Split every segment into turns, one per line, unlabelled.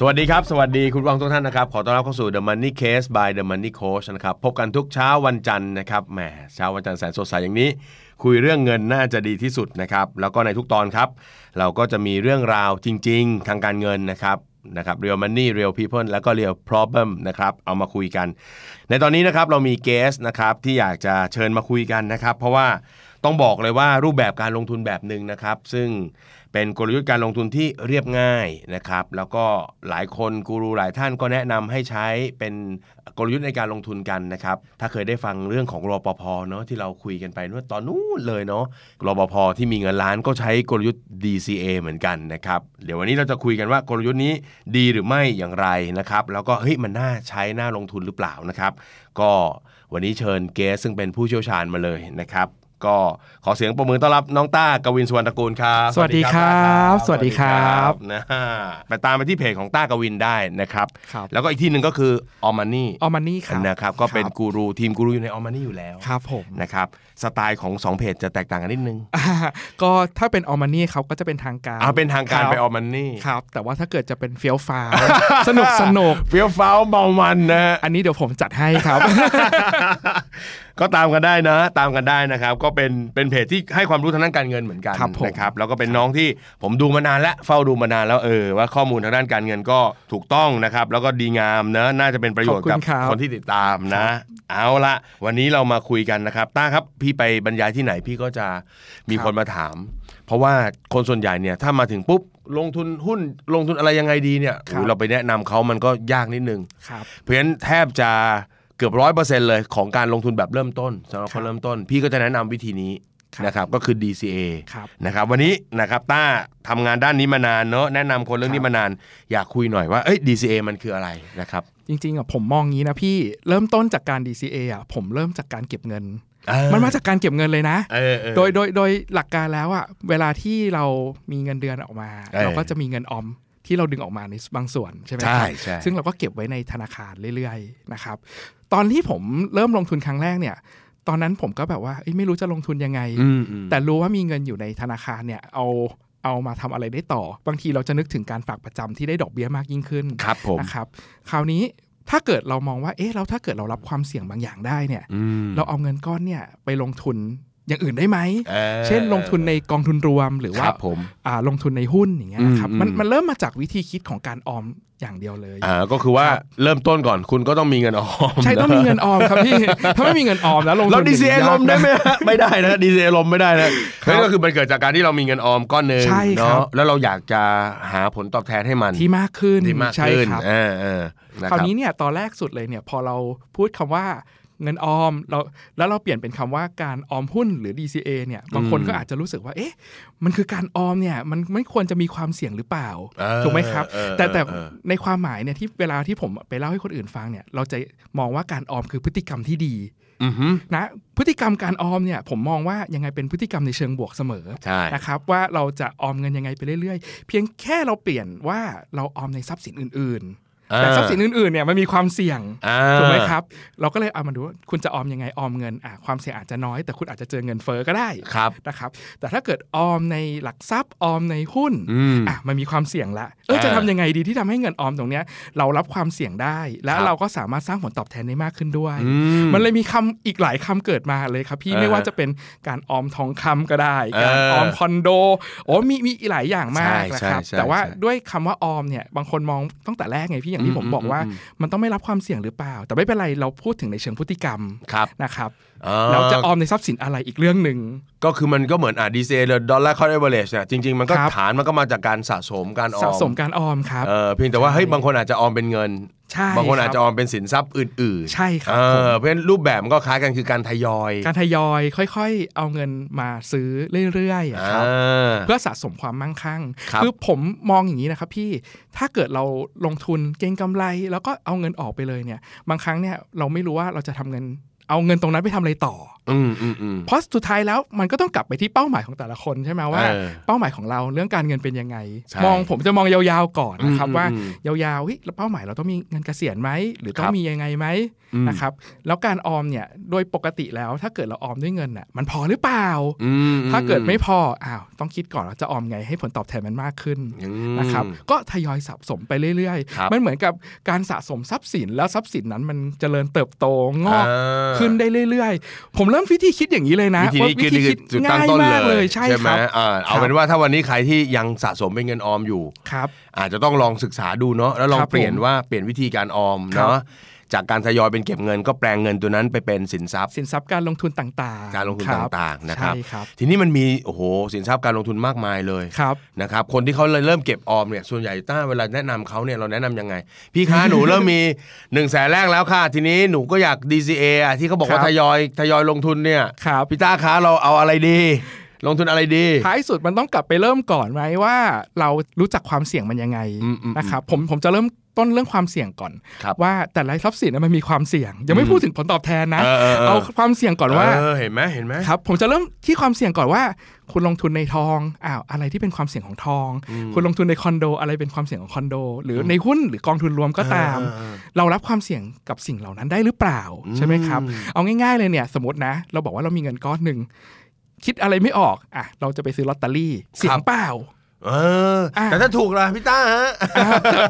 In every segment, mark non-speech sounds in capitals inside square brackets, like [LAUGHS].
สวัสดีครับ สวัสดีคุณผู้ฟังทุกท่านนะครับ ขอต้อนรับเข้าสู่ The Money Case by The Money Coach นะครับ พบกันทุกเช้าวันจันทร์นะครับแหมเช้าวันจันทร์แสนสดใสอย่างนี้ คุยเรื่องเงินน่าจะดีที่สุดนะครับ แล้วก็ในทุกตอนครับ เราก็จะมีเรื่องราวจริง ๆ ทางการเงินนะครับนะครับ real money real people แล้วก็ real problem นะครับ เอามาคุยกัน ในตอนนี้นะครับเรามีเกสนะครับที่อยากจะเชิญมาคุยกันนะครับ เพราะว่าต้องบอกเลยว่ารูปแบบการลงทุนแบบหนึ่งนะครับ ซึ่งเป็นกลยุทธ์การลงทุนที่เรียบง่ายนะครับ แล้วก็หลายคนกูรูหลายท่านก็แนะนำให้ใช้เป็นกลยุทธ์ในการลงทุนกันนะครับ ถ้าเคยได้ฟังเรื่องของรอปภเนาะที่เราคุยกันไปเมื่อตอนนู้นเลยเนาะรอปภที่มีเงินล้านก็ใช้กลยุทธ์ DCA เหมือนกันนะครับ เดี๋ยววันนี้เราจะคุยกันว่ากลยุทธ์นี้ดีหรือไม่อย่างไรนะครับ แล้วก็เฮ้ยมันน่าใช้น่าลงทุนหรือเปล่านะครับ ก็วันนี้เชิญเกสซึ่งเป็นผู้เชี่ยวชาญมาเลยนะครับ ก็ขอเสียงปรบมือต้อนรับน้องต้ากวินสุวรรณตระกูลครับ
สวัสดีครับสวัสดีครั
ส
บ
วัสดีนะฮะไปตามไปที่เพจของต้ากวินได้นะครับ
ครับ
แล้วก็อีกที่หนึ่งก็คือออม m น n ี่
ออมันนี่ครับ
นะครับ ก็เป็นกูรูทีมกูรูอยู่ในออม m น n ี่อยู่แล้ว
ครับผม
นะครับสไตล์ของสองเพจจะแตกต่างกันนิดนึง
อ่าก็ถ้าเป็นออมันนี่เขาก็จะเป็นทางการ
อ่าเป็นทางการไปออม m น n ี่
ครับ แต่ว่าถ้าเกิดจะเป็นเฟี้ยวฟ้าว [LAUGHS] สนุกสนุก
เฟี้ยวฟ้าวเมามันนะฮะ
อันนี้เดี๋ยวผมจัดให้ครับ [LAUGHS]
[LAUGHS] ก็ตามกันได้นะ ตามกันได้นะครับ ก็เป็นเป็นเพจที่ให้ความรู้ทางด้านการเงินเหมือนกัน
ครับผม
นะครับแล้วก็เป็นน้องที่ผมดูมานานแล้วเฝ้าดูมานานแล้วเออว่าข้อมูลทางด้านการเงินก็ถูกต้องนะครับ แล้วก็ดีงามนะน่าจะเป็นประโยชน์กับ
ขอบคุณครับ
คนที่ติดตามนะ เอาละวันนี้เรามาคุยกันนะครับต้าครับพี่ไปบรรยายที่ไหนพี่ก็จะมีคนมาถาม เพราะว่าคนส่วนใหญ่เนี่ยถ้ามาถึงปุ๊บลงทุนหุ้นลงทุนอะไรยังไงดีเนี่ยโอ้โหเราไปแนะนำเขามันก็ยากนิดนึง
ครับ
เพราะฉะนั้นแทบจะเกือบร้อยเปอร์เซ็นเลยของการลงทุนแบบเริ่มต้นสำหรับ
ค
ค
รั
น
บ
เริ่มต้น พี่ก็จะแนะนำวิธีนี้
ครับ
นะครับก็คือ DCA
ครับ
นะครับวันนี้นะครับต้าทำงานด้านนี้มานานเนอะแนะนำคนเรื่องนี้
ครับ
มานาน อยากคุยหน่อยว่าเอ้ย DCA มันคืออะไรนะครับ
จริงๆอ่ะผมมองงี้นะพี่เริ่มต้นจากการ DCA อ่ะผมเริ่มจากการเก็บเงิน
เออ
มันมาจากการเก็บเงินเลยนะ
เออเออ
โดยโดยโดยหลักการแล้วอ่ะเวลาที่เรามีเงินเดือนออกมา
เออ
เราก็จะมีเงินออมที่เราดึงออกมาในบางส่วนใช่ไหมค
ใช่
รั
ใช่
ซึ่งเราก็เก็บไว้ในธนาคารเรื่อยๆนะครับตอนที่ผมเริ่มลงทุนครั้งแรกเนี่ย ตอนนั้นผมก็แบบว่าเอ้ยไม่รู้จะลงทุนยังไง
อืมอืม
แต่รู้ว่ามีเงินอยู่ในธนาคารเนี่ยเอาเอามาทำอะไรได้ต่อ บางทีเราจะนึกถึงการฝากประจำที่ได้ดอกเบี้ยมากยิ่งขึ้น
ครับผม
นะครับคราวนี้ถ้าเกิดเรามองว่าเอ๊ะแล้วถ้าเกิดเรารับความเสี่ยงบางอย่างได้เนี่ย
อืม
เราเอาเงินก้อนเนี่ยไปลงทุนอย่างอื่นได้ไหม
ออ
เช่นลงทุนในกองทุนรวมหรือ
ค
ว่า
รับผม
อ่าลงทุนในหุ้นอย่างเงี้ยนะครับ
อืม
มัน
อืม
มันเริ่มมาจากวิธีคิดของการออมอย่างเดียวเลย
อ่าก็คือว่าเริ่มต้นก่อนคุณก็ต้องมีเงินออม
ใช่ต้องมีเงินออมครับพี่ [LAUGHS] ถ้าไม่มีเงินออมแล้วลงทุน
แล้ว DCA
อย่าง
ล
ยาก
มได้ไหม
นะ
ฮะไม่ได้นะ
[LAUGHS]
DCA ลมไม่ได้นะ
ครับ
นั่นก็คือมันเกิดจากการที่เรามีเงินออมก้อนหนึ่ง
ใช่
เน
ครับ
อะแล้วเราอยากจะหาผลตอบแทนให้มัน
ที่มากขึ้น
ที่มาก
ใช่
ขึ้น
ครับ
เออเออนะ
คราว
บ
นี้เนี่ยตอนแรกสุดเลยเนี่ยพอเราพูดคำว่าเงินออมเราแล้วเราเปลี่ยนเป็นคำว่าการออมหุ้นหรือ DCA เนี่ยบางคนก็อาจจะรู้สึกว่าเอ๊ะมันคือการออมเนี่ยมันไม่ควรจะมีความเสี่ยงหรือเปล่า
เออ
ถูกไหมครับ
เออ
แต่แต่
เออ
ในความหมายเนี่ยที่เวลาที่ผมไปเล่าให้คนอื่นฟังเนี่ยเราจะมองว่าการออมคือพฤติกรรมที่ดี
อือหือ
นะพฤติกรรมการออมเนี่ยผมมองว่ายังไงเป็นพฤติกรรมในเชิงบวกเสมอ
ใช่
นะครับว่าเราจะออมเงินยังไงไปเรื่อยๆ เพียงแค่เราเปลี่ยนว่าเราออมในทรัพย์สินอื่นๆ แต่ทรัพย์สินอื่นๆเนี่ยมันมีความเสี่ยง
อ่า
ถูกไหมครับ เราก็เลยเอามาดูว่าคุณจะออมยังไงออมเงินอ่ะความเสี่ยงอาจจะน้อยแต่คุณอาจจะเจอเงินเฟ้อก็ได้
ครับ
นะครับแต่ถ้าเกิดออมในหลักทรัพย์ออมในหุ้น
อืม
อ่ะมันมีความเสี่ยงละเออ
อ่า
จะทำยังไงดีที่ทำให้เงินออมตรงเนี้ยเรารับความเสี่ยงได้ และ
ครับ
เราก็สามารถสร้างผลตอบแทนได้มากขึ้นด้วย
อื
มันเลยมีคำอีกหลายคำเกิดมาเลยครับพี่
อ่า
ไม่ว่าจะเป็นการออมทองคำก็ได้
เออ
การออมคอนโดโอ้มีมีหลายอย่างมาก
ใช่
นะครับ
ใช่ใช่
แต่ว่า
ใช่
ด้วยคำว่าออมเนี่ยบางคนมองตั้งแต่แรกไงพี่อย่าง
อื
ที่
ม
ผมบอก
อืม
ว่า
อืม
มันต้องไม่รับความเสี่ยงหรือเปล่า แต่ไม่เป็นไรเราพูดถึงในเชิงพฤติกรรม
ครับ
นะครับ
อ่
แล้วจะออมในทรัพย์สินอะไรอีกเรื่องหนึ่ง
ก็คือมันก็เหมือนอ่ะดีเซลดอลลาร์คอร์เอเวอเรจเนี่ยจริง ๆ มันก็
ครับ
ฐานมันก็มาจากการสะสมการออม
สะสมการออมครับ
เออเพียงแต่ว่า
ใช่
เฮ้ยบางคนอาจจะออมเป็นเงิน
ใช่
บางคนอาจ
รับ
จะออมเป็นสินทรัพย์อื่นๆ
ใช่ครับ บ
เออ
ผม
เพราะฉะนั้นรูปแบบมันก็คล้ายกันคือการทยอย
การทยอยค่อยๆ เอาเงินมาซื้อเรื่อยๆอะครับ
อ่า
เพื่อสะสมความมั่งคั่ง
ครับ
อผมมองอย่างนี้นะครับพี่ถ้าเกิดเราลงทุนเก็งกำไร แล้วก็เอาเงินออกไปเลยเนี่ย บางครั้งเนี่ยเราไม่รู้ว่าเราจะทำเงิน เอาเงินตรงนั้นไปทำอะไรต่อ
อืมอืมอืม
เพราะสุดท้ายแล้วมันก็ต้องกลับไปที่เป้าหมายของแต่ละคนใช่ไหมว่า
เออ
เป้าหมายของเราเรื่องการเงินเป็นยังไง
ใช่
มองผมจะมองยาวๆก่อนนะครับ
อืม
ว่า
อืม
ยาวๆเฮ้ยแล้วเป้าหมายเราต้องมีเงินเกษียณไหมหรือต้อ
ครั
ง
บ
มียังไงไหม
อืม
นะครับแล้วการออมเนี่ยโดยปกติแล้วถ้าเกิดเราออมด้วยเงินน่ะมันพอหรือเปล่า
อืมอื
ถ้าเกิดไม่พออ้าวต้องคิดก่อนเราจะออมไงให้ผลตอบแทนมันมากขึ้น
อืม
นะครับก็ทยอยสะสมไปเรื่อย
ครับ
ๆ มันเหมือนกับการสะสมทรัพย์สินแล้วทรัพย์สินนั้นมันเจริญเติบโตงอก
อ่า
ขึ้นได้เรื่อย ๆ ผมเริ่มวิธีคิดอย่างนี้เลยนะ
วิธีนี้คือคือจุดตั้ง
ง่าย
ต้น
มาก
เล
เลย ยใช่
ไหม
ครับ
อ่าเอา
ครับ
เป็นว่าถ้าวันนี้ใครที่ยังสะสมเป็นเงินออมอยู่
ครับ
อาจจะต้องลองศึกษาดูเนาะแล้วลอง
ครับ
เปลี่ยน
ผม
ว่าเปลี่ยนวิธีการออม
ครับ
เนาะจากการทยอยเป็นเก็บเงินก็แปลงเงินตัวนั้นไปเป็นสินทรัพย์
สินทรัพย์การลงทุนต่างๆ
การลงทุน
ครับ
ต่างๆนะครับ
ใช่ครับ
ทีนี้มันมีโอ้โหสินทรัพย์การลงทุนมากมายเลย
ครับ
นะครับ คนที่เขาเลยเริ่มเก็บออมเนี่ยส่วนใหญ่ต้าเวลาแนะนำเขาเนี่ยเราแนะนำยังไง พี่คะหนูเริ่มมี1นึ่งแสนแรกแล้วค่ะ ทีนี้หนูก็อยาก DCA อ่ะที่เขาบอกว่า
ครับ
ทยอยทยอยลงทุนเนี่ย
ครับ
พี่ต้าคะเราเอาอะไรดี ลงทุนอะไรดี
ท้ายสุดมันต้องกลับไปเริ่มก่อนไหมว่า เรารู้จักความเสี่ยงมันยังไง
อืมๆ
นะครับผมผมจะเริ่มต้นเรื่องความเสี่ยงก่อน
ครับ
ว่าแต่ละทรัพย์สินน่ะมันมีความเสี่ยง ยังไม่พูดถึงผลตอบแทนนะ เอาความเสี่ยงก่อนว่า
เออเห็นไหมเห็นไหม
ครับผมจะเริ่มที่ความเสี่ยงก่อนว่า คุณลงทุนในทองอ้าวอะไรที่เป็นความเสี่ยงของทอง คุณลงทุนในคอนโดอะไรเป็นความเสี่ยงของคอนโด หรือในหุ้นหรือกองทุนรวมก็ตาม เรารับความเสี่ยงกับสิ่งเหล่านั้นได้หรือเปล่าใช่ไหมครับ เอาง่ายๆเลยเนี่ยสมมตินะ เราบอกว่าเรามีเงินก้อนหนึ่งคิดอะไรไม่ออกอ่ะเราจะไปซื้อลอตเตอรี่เสี่ย
ครั
ง
บ
เปล่า
เออ
อ่ะ
แต่ถ้าถูกล่ะพี่ต้าฮะ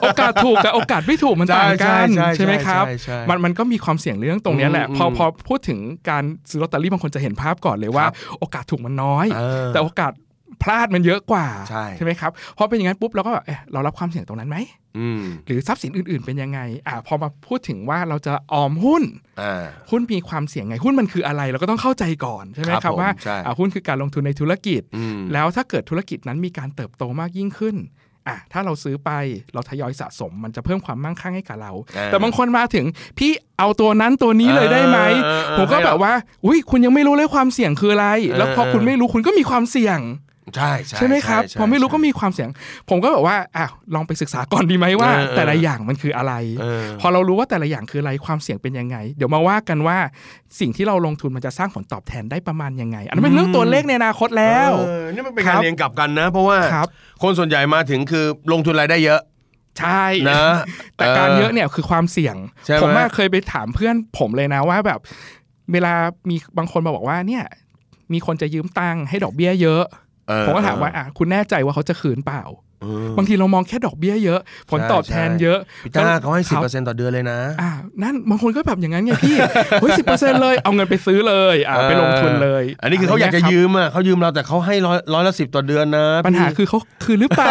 โอกาสถูกกับโอกาสไม่ถูกมันต่างกัน
ใช่ใช่ใช่
ใช่ไหมครับ
ใช่ใช่
มันมันก็มีความเสี่ยงเรื่องตรงเนี้ยแหละ
อืม
พอ
อืม
พอพูดถึงการซื้อลอตเตอรี่บางคนจะเห็นภาพก่อนเลยว่า
ครับ
โอกาสถูกมันน้อย
เออ
แต่โอกาสพลาดมันเยอะกว่า
ใช่
ไหมครับพอเป็นอย่างนั้นปุ๊บเราก็แบบเอ๊ะเรารับความเสี่ยงตรงนั้นไหม
อืม
หรือทรัพย์สินอื่น ๆ เป็นยังไงอ่าพอมาพูดถึงว่าเราจะออมหุ้น
อ่า
หุ้นมีความเสี่ยงไงหุ้นมันคืออะไรเราก็ต้องเข้าใจก่อนใช่ไหม
ครับ
ครับ
ผม
ว่า
ใช่
อ่าหุ้นคือการลงทุนในธุรกิจ
อืม
แล้วถ้าเกิดธุรกิจนั้นมีการเติบโตมากยิ่งขึ้นอ่ะถ้าเราซื้อไปเราทยอยสะสม มันจะเพิ่มความมั่งคั่งให้กับเรา
อ่า
แต่บางคนมาถึงพี่เอาตัวนั้นตัวนี้เลยได้ไหม
เออเออเออ
ผมก็
ให้เรา
แบบว่า อุ้ยคุณยังไม่รู้เลยความเสี่ยงคืออะไร แล้วพอ
เออเออ
คุณไม่รู้คุณก็มีความเสี่ยง
ใช่ใช่
ใช่ไหมครับ
ใช่
พอไม่รู้
ใช่
ก็มีความเสี่ยง ผมก็แบบว่าอ้าวลองไปศึกษาก่อนดีไหมว่า
เออเออ
แต่ละอย่างมันคืออะไร
เออ
พอเรารู้ว่าแต่ละอย่างคืออะไรความเสี่ยงเป็นยังไง เดี๋ยวมาว่ากันว่าสิ่งที่เราลงทุนมันจะสร้างผลตอบแทนได้ประมาณยังไง อันนั้นเป็นเรื่องตัวเลขในอนาคตแล้ว
เออนี่มันเป็นการ
ครับ
เรียงกลับกันนะ เพราะว่า
ครับ
คนส่วนใหญ่มาถึงคือลงทุนรายได้เยอะ
ใช่
นะ
แต่การเยอะเนี่ยคือความเสี่ยง
ใช่ไหม
ผมว่าเคยไปถามเพื่อนผมเลยนะว่าแบบ เวลามีบางคนมาบอกว่าเนี่ย มีคนจะยืมตังค์ให้ดอกเบี้ยเยอะ
เออ
ผมก็ถามว่าอ่ะคุณแน่ใจว่าเขาจะคืนเปล่า
เออบ
างทีเรามองแค่ดอกเบี้ยเยอะ ผลตอบแทนเยอะ
พี่ต้าเขาให้สิบ
ค
เปอ
รั
ร์เซ็นต์ต่อเดือนเลยนะ
อ่านั่นบางคนก็แบบอย่างนั้นไงพี่ [LAUGHS] เฮ้ยสิเปอร์เซ็นเลยเอาเงินไปซื้อเลย อ่า
เออ
ไปลงทุนเลย
อันนี้คือเขาอยากจะยืมอ่ะเขายืมเราแต่เขาให้ร้อยร้อยละสิบต่อเดือนนะ
ครับปัญหาคือเขาคืนหรือ
[LAUGHS]
เปล่า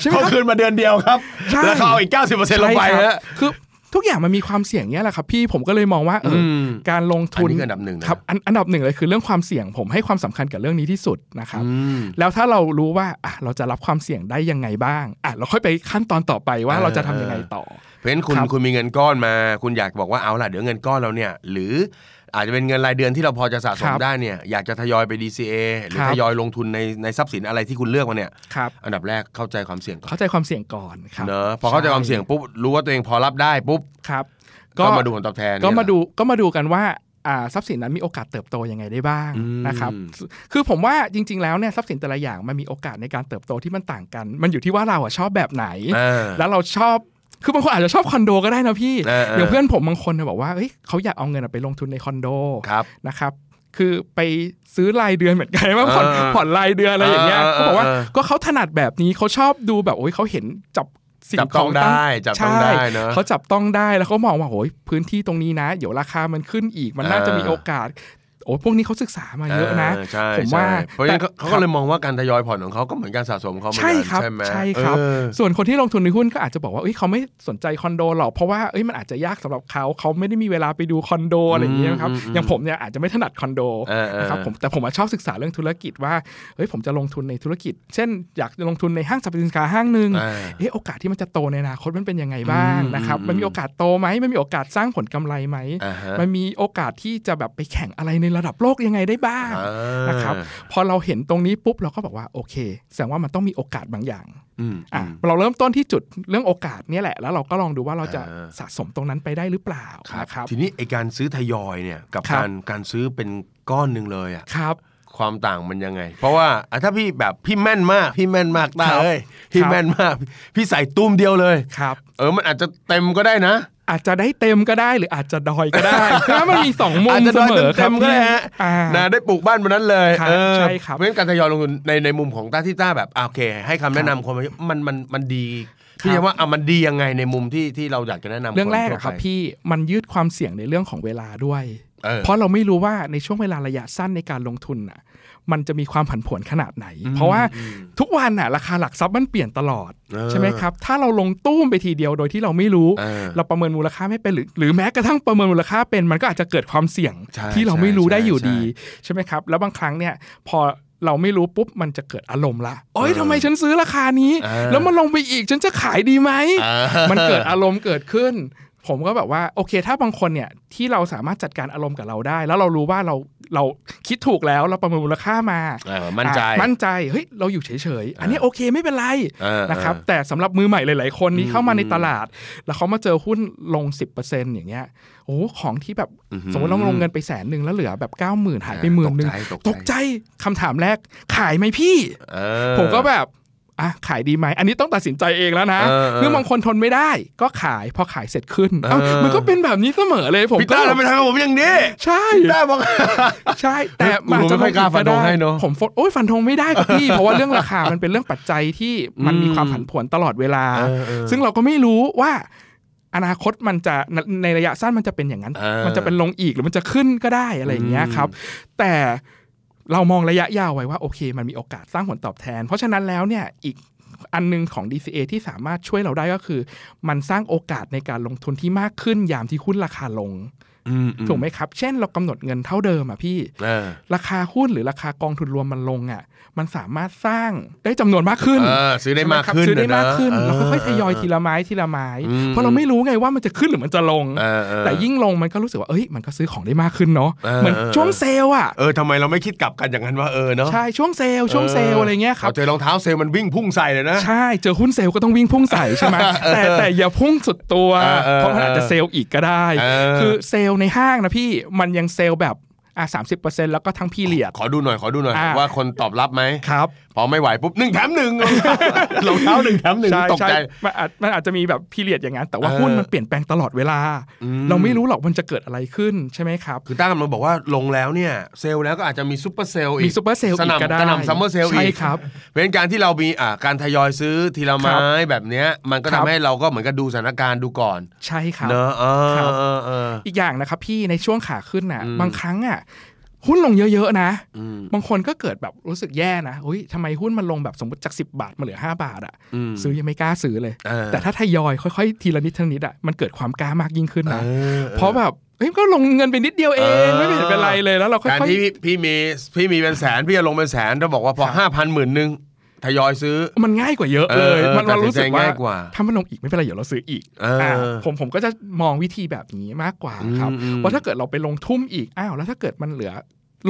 ใช่ไหม
เขา
ครับ
คืนมาเดือนเดียวครับ
ใช่
แล้วเขาเอาอีกเก้าสิบเปอร์เซ็นต์ลงไป
ใช่ครับ
ฮะ
คือทุกอย่างมันมีความเสี่ยงเนี้ยแหละครับพี่ผมก็เลยมองว่าเออ
ม
อการลงทุน
อันนี้คืออันดับหนึ่งนะ
ครับอันอันดับหนึ่งเลยคือเรื่องความเสี่ยงผมให้ความสำคัญกับเรื่องนี้ที่สุดนะครับ
อืม
แล้วถ้าเรารู้ว่าอ่ะเราจะรับความเสี่ยงได้ยังไงบ้างอ่ะเราค่อยไปขั้นตอนต่อไปว่า
เออ
เราจะทำยังไงต่อ
เพราะฉะนั้นคุณ
ครับ
คุณมีเงินก้อนมา คุณอยากบอกว่าเอาล่ะเดี๋ยวเงินก้อนเราเนี่ย หรืออาจจะเป็นเงินรายเดือนที่เราพอจะสะสม
ครับ
ได้เนี่ย อยากจะทยอยไป DCA หรือ
ครับ
ทยอยลงทุนในในทรัพย์สินอะไรที่คุณเลือกมาเนี่ย
ครับ
อันดับแรกเข้าใจความเสี่ยงก่อน
เข้าใจความเสี่ยงก่อนครับ
เนอะพอเข้าใจความเสี่ยงปุ๊บรู้ว่าตัวเองพอรับได้ปุ๊บ
ครับ
ก็มาดูผลตอบแทน
ก็มา
เนี่ย
ดูก็มาดูกันว่าอ่าทรัพย์สินนั้นมีโอกาสเติบโตยังไงได้บ้าง
อืม
นะครับคือผมว่าจริง ๆ แล้วเนี่ยทรัพย์สินแต่ละอย่างมันมีโอกาสในการเติบโตที่มันต่างกัน มันอยู่ที่ว่าเราอ่ะชอบแบบไหน
อ่า
แล้วเราชอบคือบางคนอาจจะชอบคอนโดก็ได้นะพี่
เออเอออ
อย่างเพื่อนผมบางคนเนี่ยบอกว่าเอ้ยเขาอยากเอาเงินอะไปลงทุนในคอนโด
ครับ
นะครับคือไปซื้อรายเดือนเหมือนกัน [LAUGHS] ว่าผ่อน
เออเออ
ผ่อนรายเดือนอะไรอย่างเงี้ย
เออเออ
เขาบอกว่า
เออ
ก็เขาถนัดแบบนี้เขาชอบดูแบบโอ้ยเขาเห็นจับสิ่
จั
ง
บ
ข
ต้
อ
อง ง
ตั้ง
ได้จับต้องได้เนอะ
เขาจับต้องได้แล้วเขามองว่าโอ้ยพื้นที่ตรงนี้นะ เดี๋ยวราคามันขึ้นอีกมันน่าจะมีโอกาสโอ้ยพวกนี้เขาศึกษามาเยอะนะ
เใช่
ผมว่า
ใช่เพราะฉะนั้นเขา
แต่
เขาก็เลยมองว่าการทยอยผ่อนของเขาก็เหมือนการสะสมเขาเหมือน
ใช่
กัน
ครับ
ใช่ไหม
ใช่ครับ
เออ
ส่วนคนที่ลงทุนในหุ้นก็อาจจะบอกว่าเอ้ยเขาไม่สนใจคอนโดหรอกเพราะว่าเอ้ยมันอาจจะยากสำหรับเขาเขาไม่ได้มีเวลาไปดูคอนโดอะไรอย่างเงี้ยครับ
อืมอืม
อย่างผมเนี่ยอาจจะไม่ถนัดคอนโด
เออเออ
นะครับผมแต่ผมอะชอบศึกษาเรื่องธุรกิจว่าเอ้ยผมจะลงทุนในธุรกิจ เช่น อยากจะลงทุนในห้างสรรพสินค้าห้างหนึ่ง
อ่า
เอ้ยโอกาสที่มันจะโตในอนาคตมันเป็นยังไงบ้าง
อืม
นะครับ
อืม
มันมีโอกาสโตไหมมันมีโอกาสสร้างผลกำไรไหม
อ่าฮะ
มันมีโอกาสที่จะแบบไปแข่งอะไรใน ระดับโลกยังไงได้บ้าง
อ่าน
นะครับพอเราเห็นตรงนี้ปุ๊บเราก็บอกว่าโอเค แสดงว่ามันต้องมีโอกาสบางอย่าง
อืม
อ่ะ
อืม
เราเริ่มต้นที่จุดเรื่องโอกาสเนี่ยแหละ แล้วเราก็ลองดูว่าเราจะ
อ่า
สะสมตรงนั้นไปได้หรือเปล่านะครับ
ทีนี้ไอการซื้อทยอยเนี่ยกับ
ครับ
การการซื้อเป็นก้อนหนึ่งเลยอะ
ครับ
ความต่างมันยังไง เพราะว่าอ่ะถ้าพี่แบบพี่แม่นมากพี่แม่นมากตา
ครับ
เอ้ยพี่
ครับ
แม่นมาก พี่ใส่ตุ้มเดียวเลย
ครับ
เออมันอาจจะเต็มก็ได้นะ
อาจจะได้เต็มก็ได้หรืออาจจะดอยก็ได้
[LAUGHS]
เพราะมันมีสองมุ
อามจจะ
เส
ได้
มอค
เต็
รับ
มๆก็
พี่
ได้ฮะ
อ่า
นะได้ปลูกบ้านบนนั้นเลย
ครับ
เออ
ใช่ครับ
เพราะฉะนั้นการทยอยลงทุนในในมุมของต้าที่ต้าแบบอ่ะโอเค ให้คำแนะนำคนมามันมันมันดีพี่จะว่าอ่ะมันดียังไงในมุมที่ที่เราอยากจะแนะนำ
เรื่องแรก
นทั่ว
อะครับ
ไป
พี่มันยืดความเสี่ยงในเรื่องของเวลาด้วย
เออ
เพราะเราไม่รู้ว่าในช่วงเวลาระยะสั้นในการลงทุนน่ะมันจะมีความผันผวนขนาดไหน เพราะว่าทุกวันน่ะราคาหลักทรัพย์มันเปลี่ยนตลอด
เออ
ใช่ไหมครับ ถ้าเราลงตู้มไปทีเดียวโดยที่เราไม่รู้
เออ
เราประเมินมูลค่าไม่เป็นหรือหรือแม้กระทั่งประเมินมูลค่าเป็นมันก็อาจจะเกิดความเสี่ยง
ใช่
ที่เราไม่รู้ได้อยู่
ใช่ใช่
ดีใช่ไหมครับ แล้วบางครั้งเนี่ยพอเราไม่รู้ปุ๊บมันจะเกิดอารมณ์ละโอ๊ย
เออ
ทำไมฉันซื้อราคานี้
เออ
แล้วมันลงไปอีกฉันจะขายดีไหม
อ่า
[LAUGHS] มันเกิดอารมณ์เกิดขึ้น ผมก็แบบว่าโอเค ถ้าบางคนเนี่ยที่เราสามารถจัดการอารมณ์กับเราได้ แล้วเรารู้ว่าเราเราคิดถูกแล้วเราประเมินมูลค่ามา
เออมั่นใจ
อ่ะมั่นใจเฮ้ยเราอยู่เฉยๆ อันนี้โอเคไม่เป็นไร
เออ
นะครับ
เออ
แต่สำหรับมือใหม่หลาย ๆ คนนี้เข้ามาในตลาด แล้วเขามาเจอหุ้นลง 10%อย่างเงี้ยโอ้โหของที่แบบสมมติเราลงเงินไปแสนหนึ่งแล้วเหลือแบบ 9 0,000 หายไปหมื่นหนึ่งตกใจคำถามแรกขายไหมพี่
เออ
ผมก็แบบอ่ะขายดีไหม อันนี้ต้องตัดสินใจเองแล้วนะ
เออเออ
เมื่อบางคนทนไม่ได้ ก็ขายพอขายเสร็จขึ้น
เออ
เอ้ามันก็เป็นแบบนี้เสมอเลยผม
พี่
ก็
ต้าทำไมทำกับผมอย่างนี้
ใช่
พี่ต้าบอก
ใช่ แต่
เฮ้ย
มันอาจจะ
ผมไม่กล้าฟันธงให้เนอะ
ผมฟโอ้ยฟันธงไม่ได้ครับ
[LAUGHS]
พี่ เพราะว่าเรื่องราคามันเป็นเรื่องปัจจัยที่มันมีความผันผวนตลอดเวลา
เออเออ
ซึ่งเราก็ไม่รู้ว่าอนาคตมันจะในในระยะสั้นมันจะเป็นอย่างนั้น
เออ
มันจะเป็นลงอีกหรือมันจะขึ้นก็ได้อะไรอย่างเงี้ยครับ แต่เรามองระยะยาวไว้ว่าโอเค มันมีโอกาสสร้างผลตอบแทน เพราะฉะนั้นแล้วเนี่ยอีกอันหนึงของ DCA ที่สามารถช่วยเราได้ก็คือ มันสร้างโอกาสในการลงทุนที่มากขึ้นยามที่หุ้นราคาลงถูกไหมครับ เช่นเรากำหนดเงินเท่าเดิมอ่ะพี่ ราคาหุ้นหรือราคากองทุนรวมมันลงอ่ะ มันสามารถสร้างได้จำนวนมากขึ้น
เออซื้อได้มาก
ใช่หครับ
ขึ้น
ซื้อได้มากขึ้น
เนอะ
เราค่อยๆทยอย
เออ
ทีละไม้ทีละไม้
อืม
เพราะเราไม่รู้ไงว่ามันจะขึ้นหรือมันจะลง
เออเออ
แต่ยิ่งลงมันก็รู้สึกว่าเอ้ยมันก็ซื้อของได้มากขึ้นเนาะ
เออ
เหมือน
เออ
ช่วงเซลล์อ่ะ
เออทำไมเราไม่คิดกลับกันอย่างนั้นว่าเออเนาะ
ใช่ช่วงเซลล์ช่วงเซลล์อะไรเงี้ยครับ
พอเจอรองเท้าเซลล์มันวิ่งพุ่งใส่เลยนะ
ใช่เจอหุ้นเซลล์ก็ต้องวิ่งพุ่งใส่ใช่ไหมแต่แต่อย่าพุ่งสุดตัว
เออเออ
เพราะมันอาจจะเซลล์อีกก็ได้
เออ
คือเซลล์ในห้างนะพี่มันยังเซลล์แบบอ่ะสามสิบเปอร์เซ็นต์แล้วก็ทั้งพีเรียด
ขอดูหน่อยขอดูหน่อย
อ่ะ
ว่าคนตอบรับไหม
ครับ
พอไม่ไหวปุ๊บหนึ่งแถม
[LAUGHS]
หนึ่งรองเท้ารองเท้าหนึ่งแถมหนึ่ง
ใช่
ตกใจ
ใช่มันอาจมันอาจจะมีแบบพีเรียดอย่างนั้น แต่ว่า
เออ
หุ้นมันเปลี่ยนแปลงตลอดเวลา เราไม่รู้หรอกมันจะเกิดอะไรขึ้นใช่ไหมครับ
คือตั้งกำลังบอกว่าลงแล้วเนี่ย เซลล์แล้วก็อาจจะมีซูเปอร์เซลล์อีก
มีซูเปอร์เซลล์
ส
อีก
นับ
ก็ได้
สนับซัมเมอร์เซลล์อีก
ใช่ครับ
เพราะฉะนั้นการที่เรามีอ่ะการทยอยซื้อทีละไม้แบบเนี้ยมันก็
ครั
ทำ
บ
ให้เราก็เหมือนกับดูสถานการณ์ดูก่อน
ใช่ครับ
เนอะเออ
ครับ
เออเออ
อีกอย่างนะครับพี่ในช่วงขาขึ้นน่ะบางครั้งอ่ะหุ้นลงเยอะๆนะ บางคนก็เกิดแบบรู้สึกแย่นะอุ้ยทำไมหุ้นมันลงแบบสมมติจาก 10 บาทมาเหลือ 5 บาทอ่ะซื้อยังไม่กล้าซื้อเลย
เออ
แต่ถ้าทยอยค่อยๆ ทีละนิดทีละนิดอ่ะมันเกิดความกล้ามากยิ่งขึ้นนะ
เออ
เพราะแบบเฮ้ยก็ลงเงินไปนิดเดียวเองไม่เห็นเป็นไรเลยแล้วเราค่
การ
อย
ที่พี่พี่มีพี่มีเป็นแสนพี่จะลงเป็นแสนถ้าบอกว่าพอห้าพันหมื่นหนึ่งทยอยซื้อ
ๆมันง่ายกว่าเยอะเลย
เออ
มัน
ตัดสินใจ
มันรู้สึกว่า
ง่ายกว่า
ถ้ามันลงอีกไม่เป็นไรเดี๋ยวเราซื้ออีก
เอออ่
ะผมผมก็จะมองวิธีแบบนี้มากกว่าครับ
อืม
ว่าถ้าเกิดเราไปลงทุ่มอีกอ้าวแล้วถ้าเกิดมันเหลือ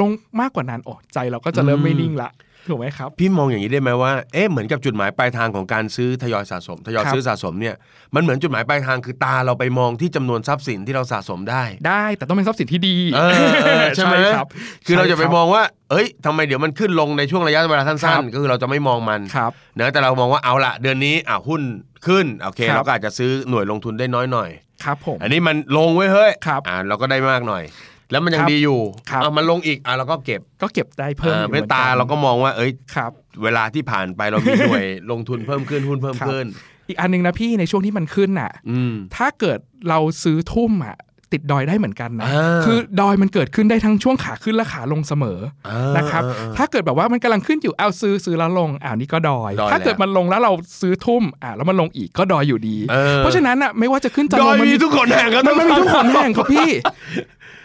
ลงมากกว่านั้นโอ้ใจเราก็จะเริ่มไม่นิ่งละถูกไหมครับ
พี่มองอย่างนี้ได้ไหมว่าเอ๊ะเหมือนกับจุดหมายปลายทางของการซื้อทยอยสะสม ทยอย
ครับ
ซื้อสะสมเนี่ยมันเหมือนจุดหมายปลายทางคือตาเราไปมองที่จำนวนทรัพย์สินที่เราสะสมได้
ได้แต่ต้องเป็นทรัพย์สินที่ดี
เออเอ
[LAUGHS]
อใช่ไหม
ครับ
คือเราจะไป
ใช่
ม
บ
องว่า เอ้ยทำไมเดี๋ยวมันขึ้นลงในช่วงระยะเวลา
ครั
สั้น
บ
ๆ ก็คือเราจะไม่มองมัน
ครับ
นะแต่เรามองว่าเอาละเดือนนี้อ่ะหุ้นขึ้นโอเค
ครับ
เราก็อาจจะซื้อหน่วยลงทุนได้น้อยหน่อย
ครับผม
อันนี้มันลงไว้ยเฮ้ย
ครับ
อ่าเราก็ได้มากหน่อย แล้วมันยั
ค
ง
รับ
ดีอยู่
ครับ
อ่ะมันลงอีกอ่ะเราก็เก็บ
ก็เก็บได้เพิ่มอ
เพื่
ยู่
อ
หมื
น
อน
ตานเราก็มองว่า เอ้ย
ครับ
เวลาที่ผ่านไปเรามีหน่วย ลงทุนเพิ่มขึ้นหุ้นเพิ่ม
ครับ
ขึ้น
อีกอันหนึงนะพี่ในช่วงที่มันขึ้นน่ะ
อืม
ถ้าเกิดเราซื้อทุ่มอ่ะติดดอยได้เหมือนกันนะ
อ่า
คือดอยมันเกิดขึ้นได้ทั้งช่วงขาขึ้นและขาลงเสมอ
อ่าน
นะครับ
อ่าอ่า
ถ้าเกิดแบบว่ามันกำลังขึ้นอยู่เอาวซื้อซื้อแล้วลงอ้าวนี่ก็ดอย
ดอย
ถ้าเกิด
แล้ว
มันลงแล้วเราซื้อทุ่มอ่าแล้วมันลงอีกก็ดอยอยู่ดี
เออ
เพราะฉะนั้นอ่ะไม่ว่าจะขึ้นจะ
ด
ล
อง ย
มัน
มี
มี
ทุกคนแห่งครับ
มันไม่มีทุกคนแห่งครับพี่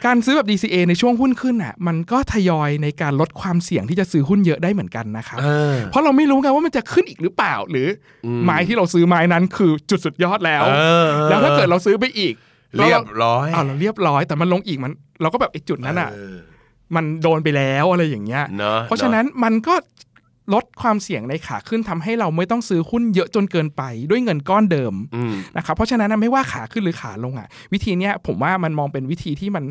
การซื้อแบบ DCA ในช่วงหุ้นขึ้นอ่ะ มันก็ทยอยในการลดความเสี่ยงที่จะซื้อหุ้นเยอะได้เหมือนกันนะครับ
เออ
เพราะเราไม่รู้ไงว่ามันจะขึ้นอีกหรือเปล่า หรืออไม้ที่เราซื้อไม้นั้นคือจุดสุดยอดแล้ว
เออเออ
แล้วถ้าเกิดเราซื้อไปอีก
เรียบร้อย
เอาเราเรียบร้อยแต่มันลงอีกมัน เราก็แบบไอ้จุดนั้นอ่ะ มันโดนไปแล้วอะไรอย่างเงี้ย
เนอะ
เพราะฉะนั้นมันก็ลดความเสี่ยงในขาขึ้นทำให้เราไม่ต้องซื้อหุ้นเยอะจนเกินไปด้วยเงินก้อนเดิม
อืม
นะครับเพราะฉะนั้นนะไม่ว่าขาขึ้นหรือขาลงอ่ะ วิธีเนี้ยผมว่ามันมองเป็นวิธีที่มัน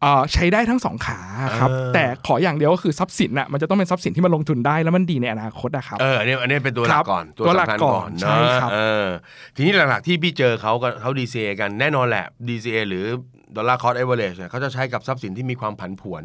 เอ่อใช้ได้ทั้งสองขาครับแต่ขออย่างเดียวก็คือทรัพย์สินอ่ะมันจะต้องเป็นทรัพย์สินที่มันลงทุนได้แล้วมันดีในอนาคตอะครับ
เอออันนี้อันนี้เป็นตัวหลั
ครั
ก
บ
ก่อน
ตัวหลัก
สำคัญ
ก่อนใช่
เนาะ
ครับ
เออทีนี้หลักๆที่พี่เจอเขาก็เขา DCA กันแน่นอนแหละ DCA หรือดอลลาร์คอร์สเอเวอเรจเขาจะใช้กับทรัพย์สินที่มีความผันผวน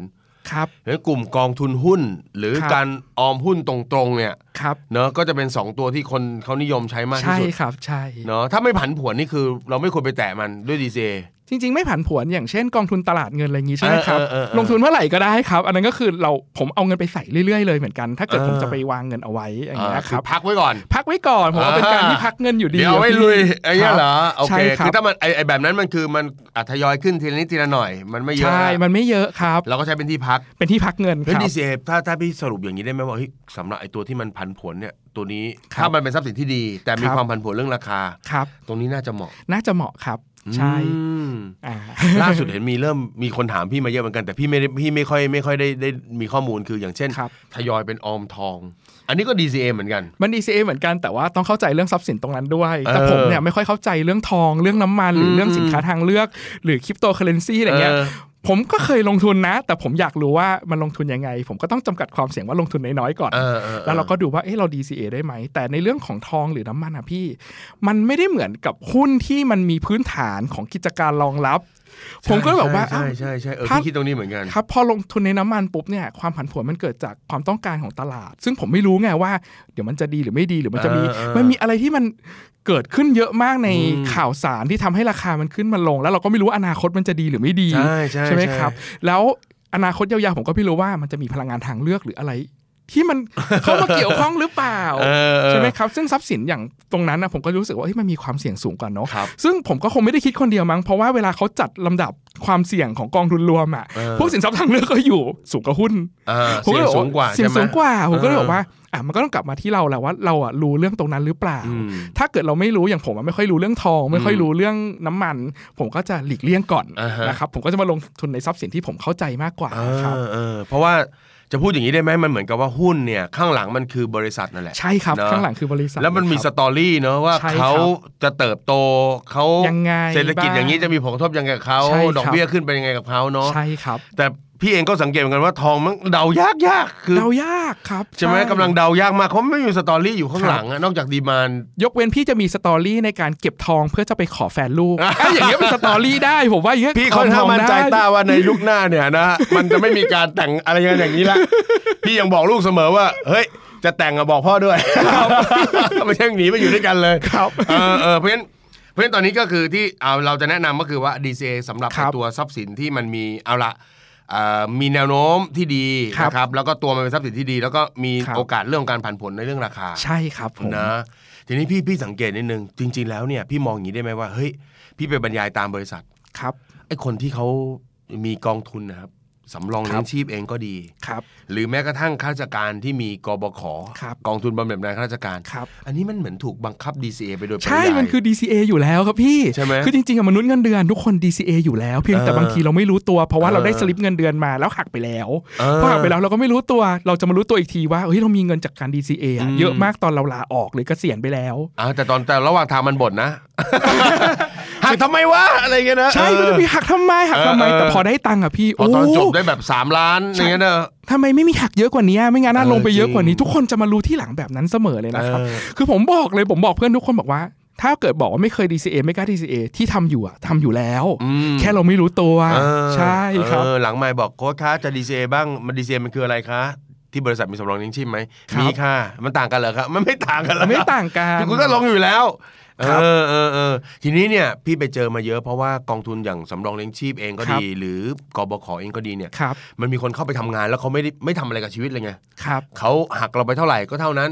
ครับ
เพราะฉะนั้นกลุ่มกองทุนหุ้น หรือ
ครับ
การออมหุ้นตรงๆเนี่ย
ครับ
เนอะก็จะเป็นสองตัวที่คนเขานิยมใช้มากที่
ใช่
สุด
ครับใช่
เนอะถ้าไม่ผันผวนนี่คือเราไม่ควรไปแตะมันด้วย DCA
จริง ๆ ไม่ผันผวนอย่างเช่นกองทุนตลาดเงินอะไรอย่างงี้ใช่ไหมครับ
เออเออเออเออ
ลงทุนเมื่อไหร่ก็ได้ครับ อันนั้นก็คือเราผมเอาเงินไปใส่เรื่อยๆเลยเหมือนกัน ถ้าเกิด
เออ
ผมจะไปวางเงินเอาไว้อย่างเงี้ย
อ่า
ค
คือ
รับ
พักไว้ก่อน
พักไว้ก่อนผมว่าเป็นการที่พักเงินอยู่ดี
เดี๋ยว
อะ
ไม่
พี่
ลุยไอ้เนี้ยเหรอ
รับ
โอเค
ใช่ครั
คื
บ
อถ้ามันไอ้ไอ้แบบนั้นมันคือมันอัทยอยขึ้นทีละนิดทีละหน่อย มันไม่เยอะ
ใช่มันไม่เยอะครับ
เราก็ใช้เป็นที่พัก
เป็นที่พักเงิน
เพ
ค
ราะ
รับ
ดีเถ้าถ้าพี่สรุปอย่างนี้ได้ไหมว่าเฮ้ยสำหรับไอ้ตัวที่มันผันผวนเนี่ยตัวนี้
ครับ
ถ้ามันเป็นทรัพย์สินที่ดี แต่มี
ครับ
ความผันผวนเรื่องราคา
ครับ
ตรงนี้น่าจะเหมาะ
น่าจะเหมาะครับ ใช่
อืม
อ่า
ล่าสุดเห็นมีเริ่มมีคนถามพี่มาเยอะเหมือนกันแต่พี่ไม่ได้พี่ไม่ค่อยไม่ค่อยได้ได้มีข้อมูลคืออย่างเช่น
ครับ
ทยอยเป็นออมทอง อันนี้ก็ DCA เหมือนกัน
มัน DCA เหมือนกันแต่ว่าต้องเข้าใจเรื่องทรัพย์สินตรงนั้นด้วย
เออ
แต่ผมเนี่ยไม่ค่อยเข้าใจเรื่องทองเรื่องน้ำมัน หรือ
ม
เรื่องสินค้าทางเลือก หรือคริปโตเคอเรนซีอะไรเงี้ย
เออ
ผมก็เคยลงทุนนะ แต่ผมอยากรู้ว่ามันลงทุนยังไง ผมก็ต้องจำกัดความเสี่ยงว่าลงทุนน้อยๆก่อน
เออเออเออ
แล้วเราก็ดูว่าเอะเรา DCA ได้ไหม แต่ในเรื่องของทองหรือน้ำมันอะพี่ มันไม่ได้เหมือนกับหุ้นที่มันมีพื้นฐานของกิจการรองรับ ผมก็แบบว่า
ใช่
อ้าว
ใช่ใช่เออ
ถ้า
พี่คิดตรงนี้เหมือนกัน
ครับพอลงทุนในน้ำมันปุ๊บเนี่ยความผันผวนมันเกิดจากความต้องการของตลาด ซึ่งผมไม่รู้ไงว่า เดี๋ยวมันจะดีหรือไม่ดีหรือมันจะมี
เออเออ
มันมีอะไรที่มันเกิดขึ้นเยอะมากใน
อืม
ข่าวสารที่ทำให้ราคามันขึ้นมันลง แล้วเราก็ไม่รู้ว่าอนาคตมันจะดีหรือไม่ดี
ใช่ใช่
ใช่ไหมครับ แล้วอนาคตยาวๆผมก็ไม่รู้ว่ามันจะมีพลังงานทางเลือกหรืออะไร ที่
[LAUGHS]
มัน เข้ามาเกี่ยวข้องหรือเปล่า
เออเออ
ใช่ไหมครับ ซึ่งทรัพย์สินอย่างตรงนั้นนะผมก็รู้สึกว่าเอ้ยมันมีความเสี่ยงสูงกว่าเนาะ
ครับ
ซึ่งผมก็คงไม่ได้คิดคนเดียวมั้งเพราะว่าเวลาเขาจัดลำดับความเสี่ยงของกองทุนรวมอ่ะ
เออ
พวกสินทรัพย์ทางเลือกก็อยู่สูงกว่าหุ้น
อ่า
ผม
เสียงสูงกว่า
เสี่ยง
ใช่ไหม
สูงกว่าผมก็เลย
เออ
บอกว่าอ่ะมันก็ต้องกลับมาที่เราแหละว่าเราอ่ะรู้เรื่องตรงนั้นหรือเปล่า
อืม
ถ้าเกิดเราไม่รู้อย่างผมอะไม่ค่อยรู้เรื่องทอง ไม่ค่อย
อืม
รู้เรื่องน้ำมัน ผมก็จะหลีกเลี่ยงก่อน
อ่าฮะ
นะครับผมก็จะมาลงทุนในทรัพย์สินที่ผมเข้าใจมากกว่า
เอ
ครับ
อเออเพราะว่าจะพูดอย่างนี้ได้ไหมมันเหมือนกับว่าหุ้นเนี่ยข้างหลังมันคือบริษัทนั่นแหละ
ใช่ครับ
เนอะ
ข้างหลังคือบริษัท
แล้วมันมี
ค
ส
รับ
ตอรี่เนอะว่า
ใช่ครับ
เขาจะเติบโตเขาย
งไง
เศรษฐกิจ
บ้าง
อย่างนี้จะมีผลกระทบยังไงกับเขา
ใช่ครับ
ดอกเบี้ยขึ้นเป็นยังไงกับเขาเนาะ
ใช่ครับ
แต่พี่เองก็สังเกตเหมือนกันว่าทองมันเดายากยากคือ
เดายากครับ
ใช่ไหมกำลังเดายากมากเขาะไม่มีสตอรี่อยู่ข้างหลังอะนอกจากดีมาน
ยกเว้นพี่จะมีสตอรี่ในการเก็บทองเพื่อจะไปขอแฟนลูกอ่ะอย่างเงี้ยเป็นสตอรี่ได้ผมว่าอย่างเงี้ย
พี่ค่อนข้างมั่นใจ
ได้
ต้าว่าในยุคหน้าเนี่ยนะ มันจะไม่มีการแต่งอะไรกันอย่างนี้ละ พี่ยังบอกลูกเสมอว่า เฮ้ย จะแต่งอะบอกพ่อด้วย [LAUGHS] ไม่ใช่หนีไปอยู่ด้วยกันเลย
ครับ
เออเออเพราะฉะนั้นเพราะฉะนั้นตอนนี้ก็คือที่เอาเราจะแนะนำก็คือว่า DCA สำหรับ
ครับ
ไอ้ตัวทรัพย์สินที่มันมีเอาละเอ่อมีแนวโน้มที่ดี
ครับ
นะครับแล้วก็ตัวมันเป็นทรัพย์สินที่ดี แล้วก็มี
ครับ
โอกาสเรื่องของการผันผลในเรื่องราคา
ใช่ครับผม
นะทีนี้พี่พี่สังเกตนิดนึงจริง ๆ แล้วเนี่ยพี่มองอย่างนี้ได้ไหมว่าเฮ้ยพี่ไปบรรยายตามบริษัท
ครับ
ไอ้คนที่เขามีกองทุนนะครับสำรอง
ครั
เลี้
บ
ยงชีพเองก็ดี
ครับ
หรือแม้กระทั่งข้าราชการที่มีกบข
ครับ
กองทุนบำเหน็จนายข้าราชการ
ครับ
อันนี้มันเหมือนถูกบังคับ DCA ไปโดยปริยาย
ใช่ มันคือ DCA อยู่แล้วครับพี่
ใช่ไหม
คือจริงๆอะมนุษย์เงินเดือนทุกคน DCA อยู่แล้ว เพียง
เออบ
แต่างทีเราไม่รู้ตัว เพราะว่า
เออ
เราได้สลิปเงินเดือนมาแล้วหักไปแล้ว
เออ
พอหักไปแล้วเราก็ไม่รู้ตัว เราจะมารู้ตัวอีกทีว่าเฮ้ยเรามีเงินจากการ DCA อะ
อืม
เยอะมากตอนเราลาออกหรือเกษียณไปแล้ว
อ่าแต่ตอนแต่ระหว่างทางมันบ่
[LAUGHS]
นนะ หักทำไมวะอะไรเงี้ยนะ
ใช่
เอ
มัน
อ
จะมีหักทำไมหักทำไม
เออเออ
แต่พอได้ตังค์อะพี่
พอ
โอ้
ตอนจบได้แบบ 3 ล้านอย่างเงี้ยเนอะ
ทำไมไม่มีหักเยอะกว่านี้ไม่งั้นน่า
เออ
ลงไปเยอะกว่า
จ
นี้
ริง
ทุกคนจะมารู้ที่หลังแบบนั้นเสมอเลยนะครับ
เออ
คือผมบอกเลยผมบอกเพื่อนทุกคนบอกว่า ถ้าเกิดบอกว่าไม่เคย DCA ไม่กล้า DCA ที่ทำอยู่อะทำอยู่แล้ว
อืม
แค่เราไม่รู้ตัว
เออ
ใช่ครับ
เออหลังไม่บอกโค้ชคะจะ DCA บ้างมัน DCA มันคืออะไรคะ ที่บริษัทมีสำรองเลี้ยงชีพไหม
ครับ
มีค่ะ มันต่างกันเหรอครับมันไม่ต่างกันเหรอ
ไม่ต่างกัน
คุณก็ลงอยู่แล้วเอ
ครับ
อเออเออทีนี้เนี่ยพี่ไปเจอมาเยอะเพราะว่ากองทุนอย่างสำรองเลี้ยงชีพเองก็
ครับ
ดี หรือกบขเองก็ดีเนี่ย
ครับ
มันมีคนเข้าไปทำงานแล้วเขาไม่ได้ไม่ทำอะไรกับชีวิตเลยไง
ครับ
เขาหักเราไปเท่าไหร่ก็เท่า
[LAUGHS]
นั้น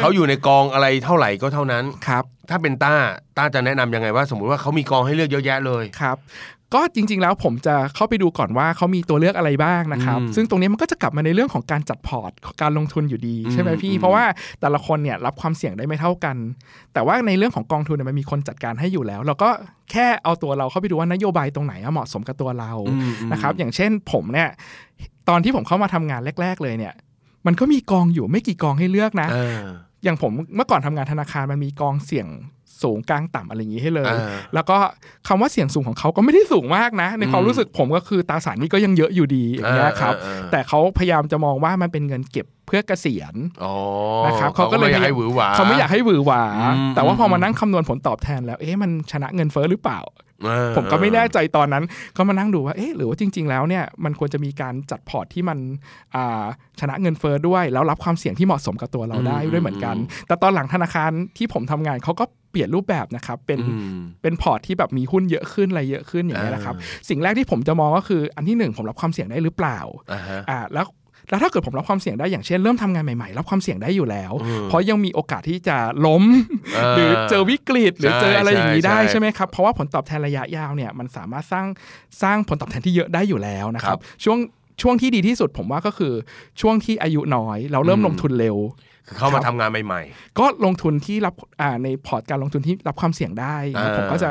เขาอยู่ในกองอะไรเท่าไหร่ก็เท่านั้น
ครับ
ถ้าเป็นต้าต้าจะแนะนำยังไงว่า สมมุติว่าเขามีกองให้เลือกเยอะแยะเลย
ครับ ก็จริง ๆ แล้วผมจะเข้าไปดูก่อนว่าเขามีตัวเลือกอะไรบ้างนะครับ
อืม
ซึ่งตรงนี้มันก็จะกลับมาในเรื่องของการจัดพอร์ตการลงทุนอยู่ดีใช่ไหมพี่
อืม
เพราะว่าแต่ละคนเนี่ยรับความเสี่ยงได้ไม่เท่ากัน แต่ว่าในเรื่องของกองทุนเนี่ยมันมีคนจัดการให้อยู่แล้ว เราก็แค่เอาตัวเราเข้าไปดูว่านโยบายตรงไหนอะเหมาะสมกับตัวเรา
อืม
นะครับอย่างเช่นผมเนี่ยตอนที่ผมเข้ามาทำงานแรก ๆ เลยเนี่ยมันก็มีกองอยู่ไม่กี่กองให้เลือกนะ
อ่า
อย่างผมเมื่อก่อนทำงานธนาคารมันมีกองเสี่ยงสูงกลางต่ำอะไรอย่างนี้ให้เลย
อ่า
แล้วก็คำว่าเสี่ยงสูงของเขาก็ไม่ได้สูงมากนะ ในความ
อืม
รู้สึกผมก็คือตราสารนี้ก็ยังเยอะอยู่ดีอย่างเงี้ยครับ
อ่าอ่า
แต่เขาพยายามจะมองว่ามันเป็นเงินเก็บเพื่อเกษียณ
อ๋อ
นะครับเขาก็เลย
ไม่อยากให้หวือหวา
เขาไม่อยากให้หวือหวา
อืม
แต่ว่าพอมานั่งคำนวณผลตอบแทนแล้วเอ๊ะมันชนะเงินเฟ้อหรือเปล่า
อ่า
ผมก็ไม่แน่ใจตอนนั้น ก็มานั่งดูว่า เอ๊ะ หรือว่าจริง ๆ แล้วเนี่ย มันควรจะมีการจัดพอร์ตที่มันอ่าชนะเงินเฟ้อด้วย แล้วรับความเสี่ยงที่เหมาะสมกับตัวเราได้
อืม
ด้วยเหมือนกัน แต่ตอนหลังธนาคารที่ผมทำงานเขาก็เปลี่ยนรูปแบบนะครับ เป็น
อืม
เป็นพอร์ตที่แบบมีหุ้นเยอะขึ้นอะไรเยอะขึ้นอย่างเงี้ยนะครับ สิ่งแรกที่ผมจะมองก็คืออันที่หนึ่งผมรับความเสี่ยงได้หรือเปล่า
อ่าฮะ
อ่าแล้วแล้วถ้าเกิดผมรับความเสี่ยงได้อย่างเช่นเริ่มทำงานใหม่ๆ รับความเสี่ยงได้อยู่แล้ว
อืม
เพราะยังมีโอกาสที่จะล้ม
เห
รือเจอวิกฤตหรือเจออะไรอย่างนี้ได้
ใช่
ใช่ไหมครับ เพราะว่าผลตอบแทนระยะยาวเนี่ยมันสามารถสร้างสร้างผลตอบแทนที่เยอะได้อยู่แล้วนะค
ครั
รั
บบ
ช่วงช่วงที่ดีที่สุดผมว่าก็คือช่วงที่อายุน้อยเราเริ่ม
อืม
ลงทุนเร็ว
คือเข้ามา
ครั
ทำ
บ
งานใหม่
ก็ลงทุนที่รับอ่าในพอร์ตการลงทุนที่รับความเสี่ยงได้
อ่า
ผมก็จะ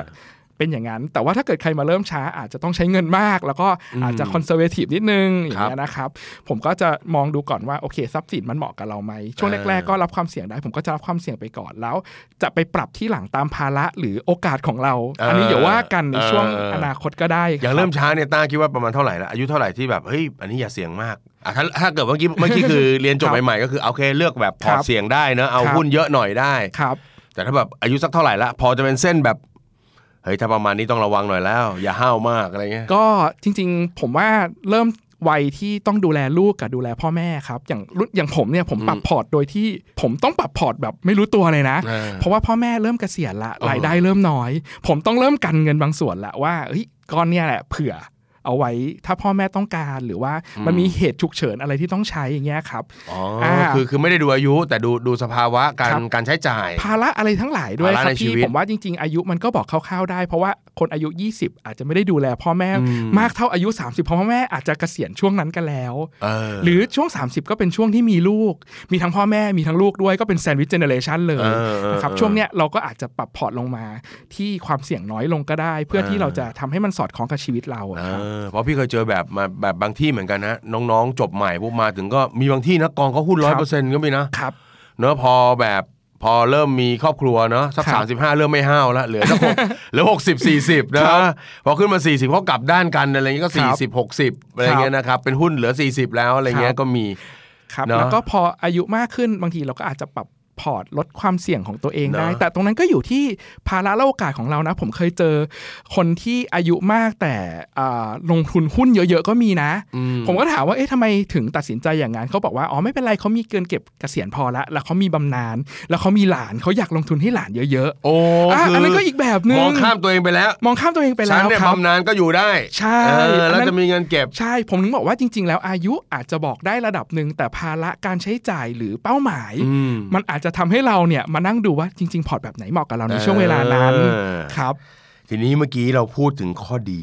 เป็นอย่างนั้น แต่ว่าถ้าเกิดใครมาเริ่มช้าอาจจะต้องใช้เงินมาก แล้วก็อาจจะคอนเซอร์เวทีฟนิดนึงอย่างเงี้ยนะครับ ผมก็จะมองดูก่อนว่าโอเคทรัพย์สินมันเหมาะกับเราไหมช่วง
อ่า
แรกๆก็รับความเสี่ยงได้ ผมก็จะรับความเสี่ยงไปก่อนแล้ว จะไปปรับที่หลังตามภาระหรือโอกาสของเรา อันนี้เดี๋ยวว่ากันในช่วงอนาคตก็ได้
ๆ
ค
อย่า
บ
งเริ่มช้าเนี่ยต้าคิดว่าประมาณเท่าไหร่ละอายุเท่าไหร่ที่แบบเฮ้ยอันนี้อย่าเสี่ยงมากอ่ะถ้าถ้าเกิดเมื่อกี้เมื่อกี้คือเรียนจบ
ครับ
ใหม่ๆก็คือโอเคเลือกแบบพอร์ต
ครับ
เสี่ยงได้เนอะเอา
ครับ
หุ้นเยอะหน่อยได้
ครับ
แต่ถ้าแบบอายุสักเท่าไหร่ละพอจะเป็นเส้นแบบเฮ้ยถ้าประมาณนี้ต้องระวังหน่อยแล้ว อย่าห้าวมากอะไรเงี้ย
ก็จริงๆ ผมว่าเริ่มวัยที่ต้องดูแลลูกกับดูแลพ่อแม่ครับ อย่างรุ่นอย่างผมเนี่ยผมปรับพอร์ตโดยที่ผมต้องปรับพอร์ตแบบไม่รู้ตัวเลยนะ
อ่า
เพราะว่าพ่อแม่เริ่มเกษียณละรายได้เริ่มน้อย ผมต้องเริ่มกันเงินบางส่วนละว่าเฮ้ยก้อนเนี่ยแหละเผื่อเอาไว้ถ้าพ่อแม่ต้องการหรือว่ามันมีเหตุฉุกเฉินอะไรที่ต้องใช้อย่างเงี้ยครับ
อ๋ออา คือคือไม่ได้ดูอายุแต่ดูดูสภาวะกา
ค
ร
รับ
การใช้จ่าย
ภาระอะไรทั้งหลายด้วย
ภาระ
ครับ
ในชี
พี่
วิต
ผมว่าจริง ๆ อายุมันก็บอกคร่าวๆได้ เพราะว่าคนอายุ 20 อาจจะไม่ได้ดูแลพ่อแม่
อืม
มากเท่าอายุ 30เพราะพ่อแม่อาจจะเกษียณช่วงนั้นกันแล้ว
เออ
หรือช่วง 30 ก็เป็นช่วงที่มีลูก มีทั้งพ่อแม่มีทั้งลูกด้วยก็เป็นแซนด์วิชเจเนเรชันเลย
เออเออ
นะครับ
เออ
ช่วงเนี้ยเราก็อาจจะปรับพอร์ตลงมาที่ความเสี่ยงน้อยลงก็ได้ เพื่อ
เออ
ที่เราจะทำให้มันสอดคล้องกับชีวิตเราอะ
เอ
ครับ
อเพราะพี่เคยเจอแบบมาแบบบางที่เหมือนกันนะ น้องๆ จบใหม่พวกมาถึงก็มีบางที่นะกองเขาหุ้น
ค
ร้
รั
อย
บ
เปอร์เซ็นต์ก็มีนะครับ เนอะพอแบบพอเริ่มมีครอบครัวเนอะสัก
ครับ
สามสิบห้าเริ่มไม่ห้าวแล้วเหลือสักห
[LAUGHS]
ก เหลือหกสิบสี่สิบนะพอขึ้นมาสี่สิบเขากลับด้านกันอะไรเงี้ยก็
ครั
สี่
บ
สิบหกสิบอะไรเงี้ยนะครับ เป็นหุ้นเหลือสี่สิบแล้วอะไรเงี้ย
ครับ
ก็มี
ครับ
เนอะ
แล้วก็พออายุมากขึ้นบางทีเราก็อาจจะปรับพอร์ตลดความเสี่ยงของตัวเองได้
เนอะ
แต่ตรงนั้นก็อยู่ที่ภาระและโอกาสของเรานะ ผมเคยเจอคนที่อายุมากแต่อ่าลงทุนหุ้นเยอะๆก็มีนะ
อื
ผมก็ถามว่า เอ๊ะทำไมถึงตัดสินใจอย่างนั้นเขาบอกว่า อ๋อ ไม่เป็นไรเขามีเกินเก็บเกษียณพอละ แล้วเขามีบำนาญ แล้วเขามีหลาน เขาอยากลงทุนให้หลานเยอะ
โอ้
ๆอะ
คื
อันนั้นก็อีกแบบนึง
มองข้ามตัวเองไปแล้ว
มองข้ามตัวเองไป
ฉั
แล้
น
ว
เนี่ย
ครับ
บำนาญก็อยู่ได้
ใช่
เออแล้ว
อันนั้น
จะมีเงินเก็บ
ใช่ ผมถึงบอกว่าจริง ๆ แล้วอายุอาจจะบอกได้ระดับหนึ่ง แต่ภาระการใช้จ่ายหรือเป้าหมาย
อืม
มันอาจจะทำให้เราเนี่ยมานั่งดูว่าจริง ๆ พอร์ตแบบไหนเหมาะกับเราในช่วงเวลานั้น
เออ
ครับ
ทีนี้เมื่อกี้เราพูดถึงข้อดี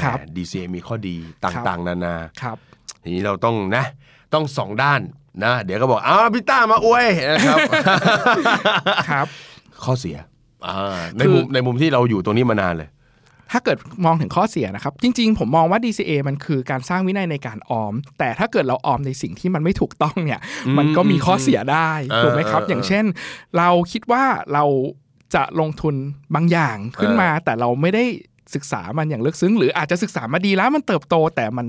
ครับ
อ่า DCA มีข้อดีต่างๆ นานา
ครับ
ทีนี้เราต้องนะ ต้องสองด้านนะ เดี๋ยวก็บอกอ้าวพี่ต้ามาอวยนะครับ [LAUGHS]
ครับ
ข้อเสียอ่าใน
คือ
มุมในมุมที่เราอยู่ตรงนี้มานานเลย
ถ้าเกิดมองถึงข้อเสียนะครับ จริงๆ ผมมองว่า DCA มันคือการสร้างวินัยในการออม แต่ถ้าเกิดเราออมในสิ่งที่มันไม่ถูกต้องเนี่ย มันก็มีข้อเสียได้
เออ
ถูกไหมครับ
เอออ
อย่างเช่น เราคิดว่าเราจะลงทุนบางอย่างขึ้นมา แต่เราไม่ได้ศึกษามันอย่างลึกซึ้ง หรืออาจจะศึกษามาดีแล้วมันเติบโตแต่มัน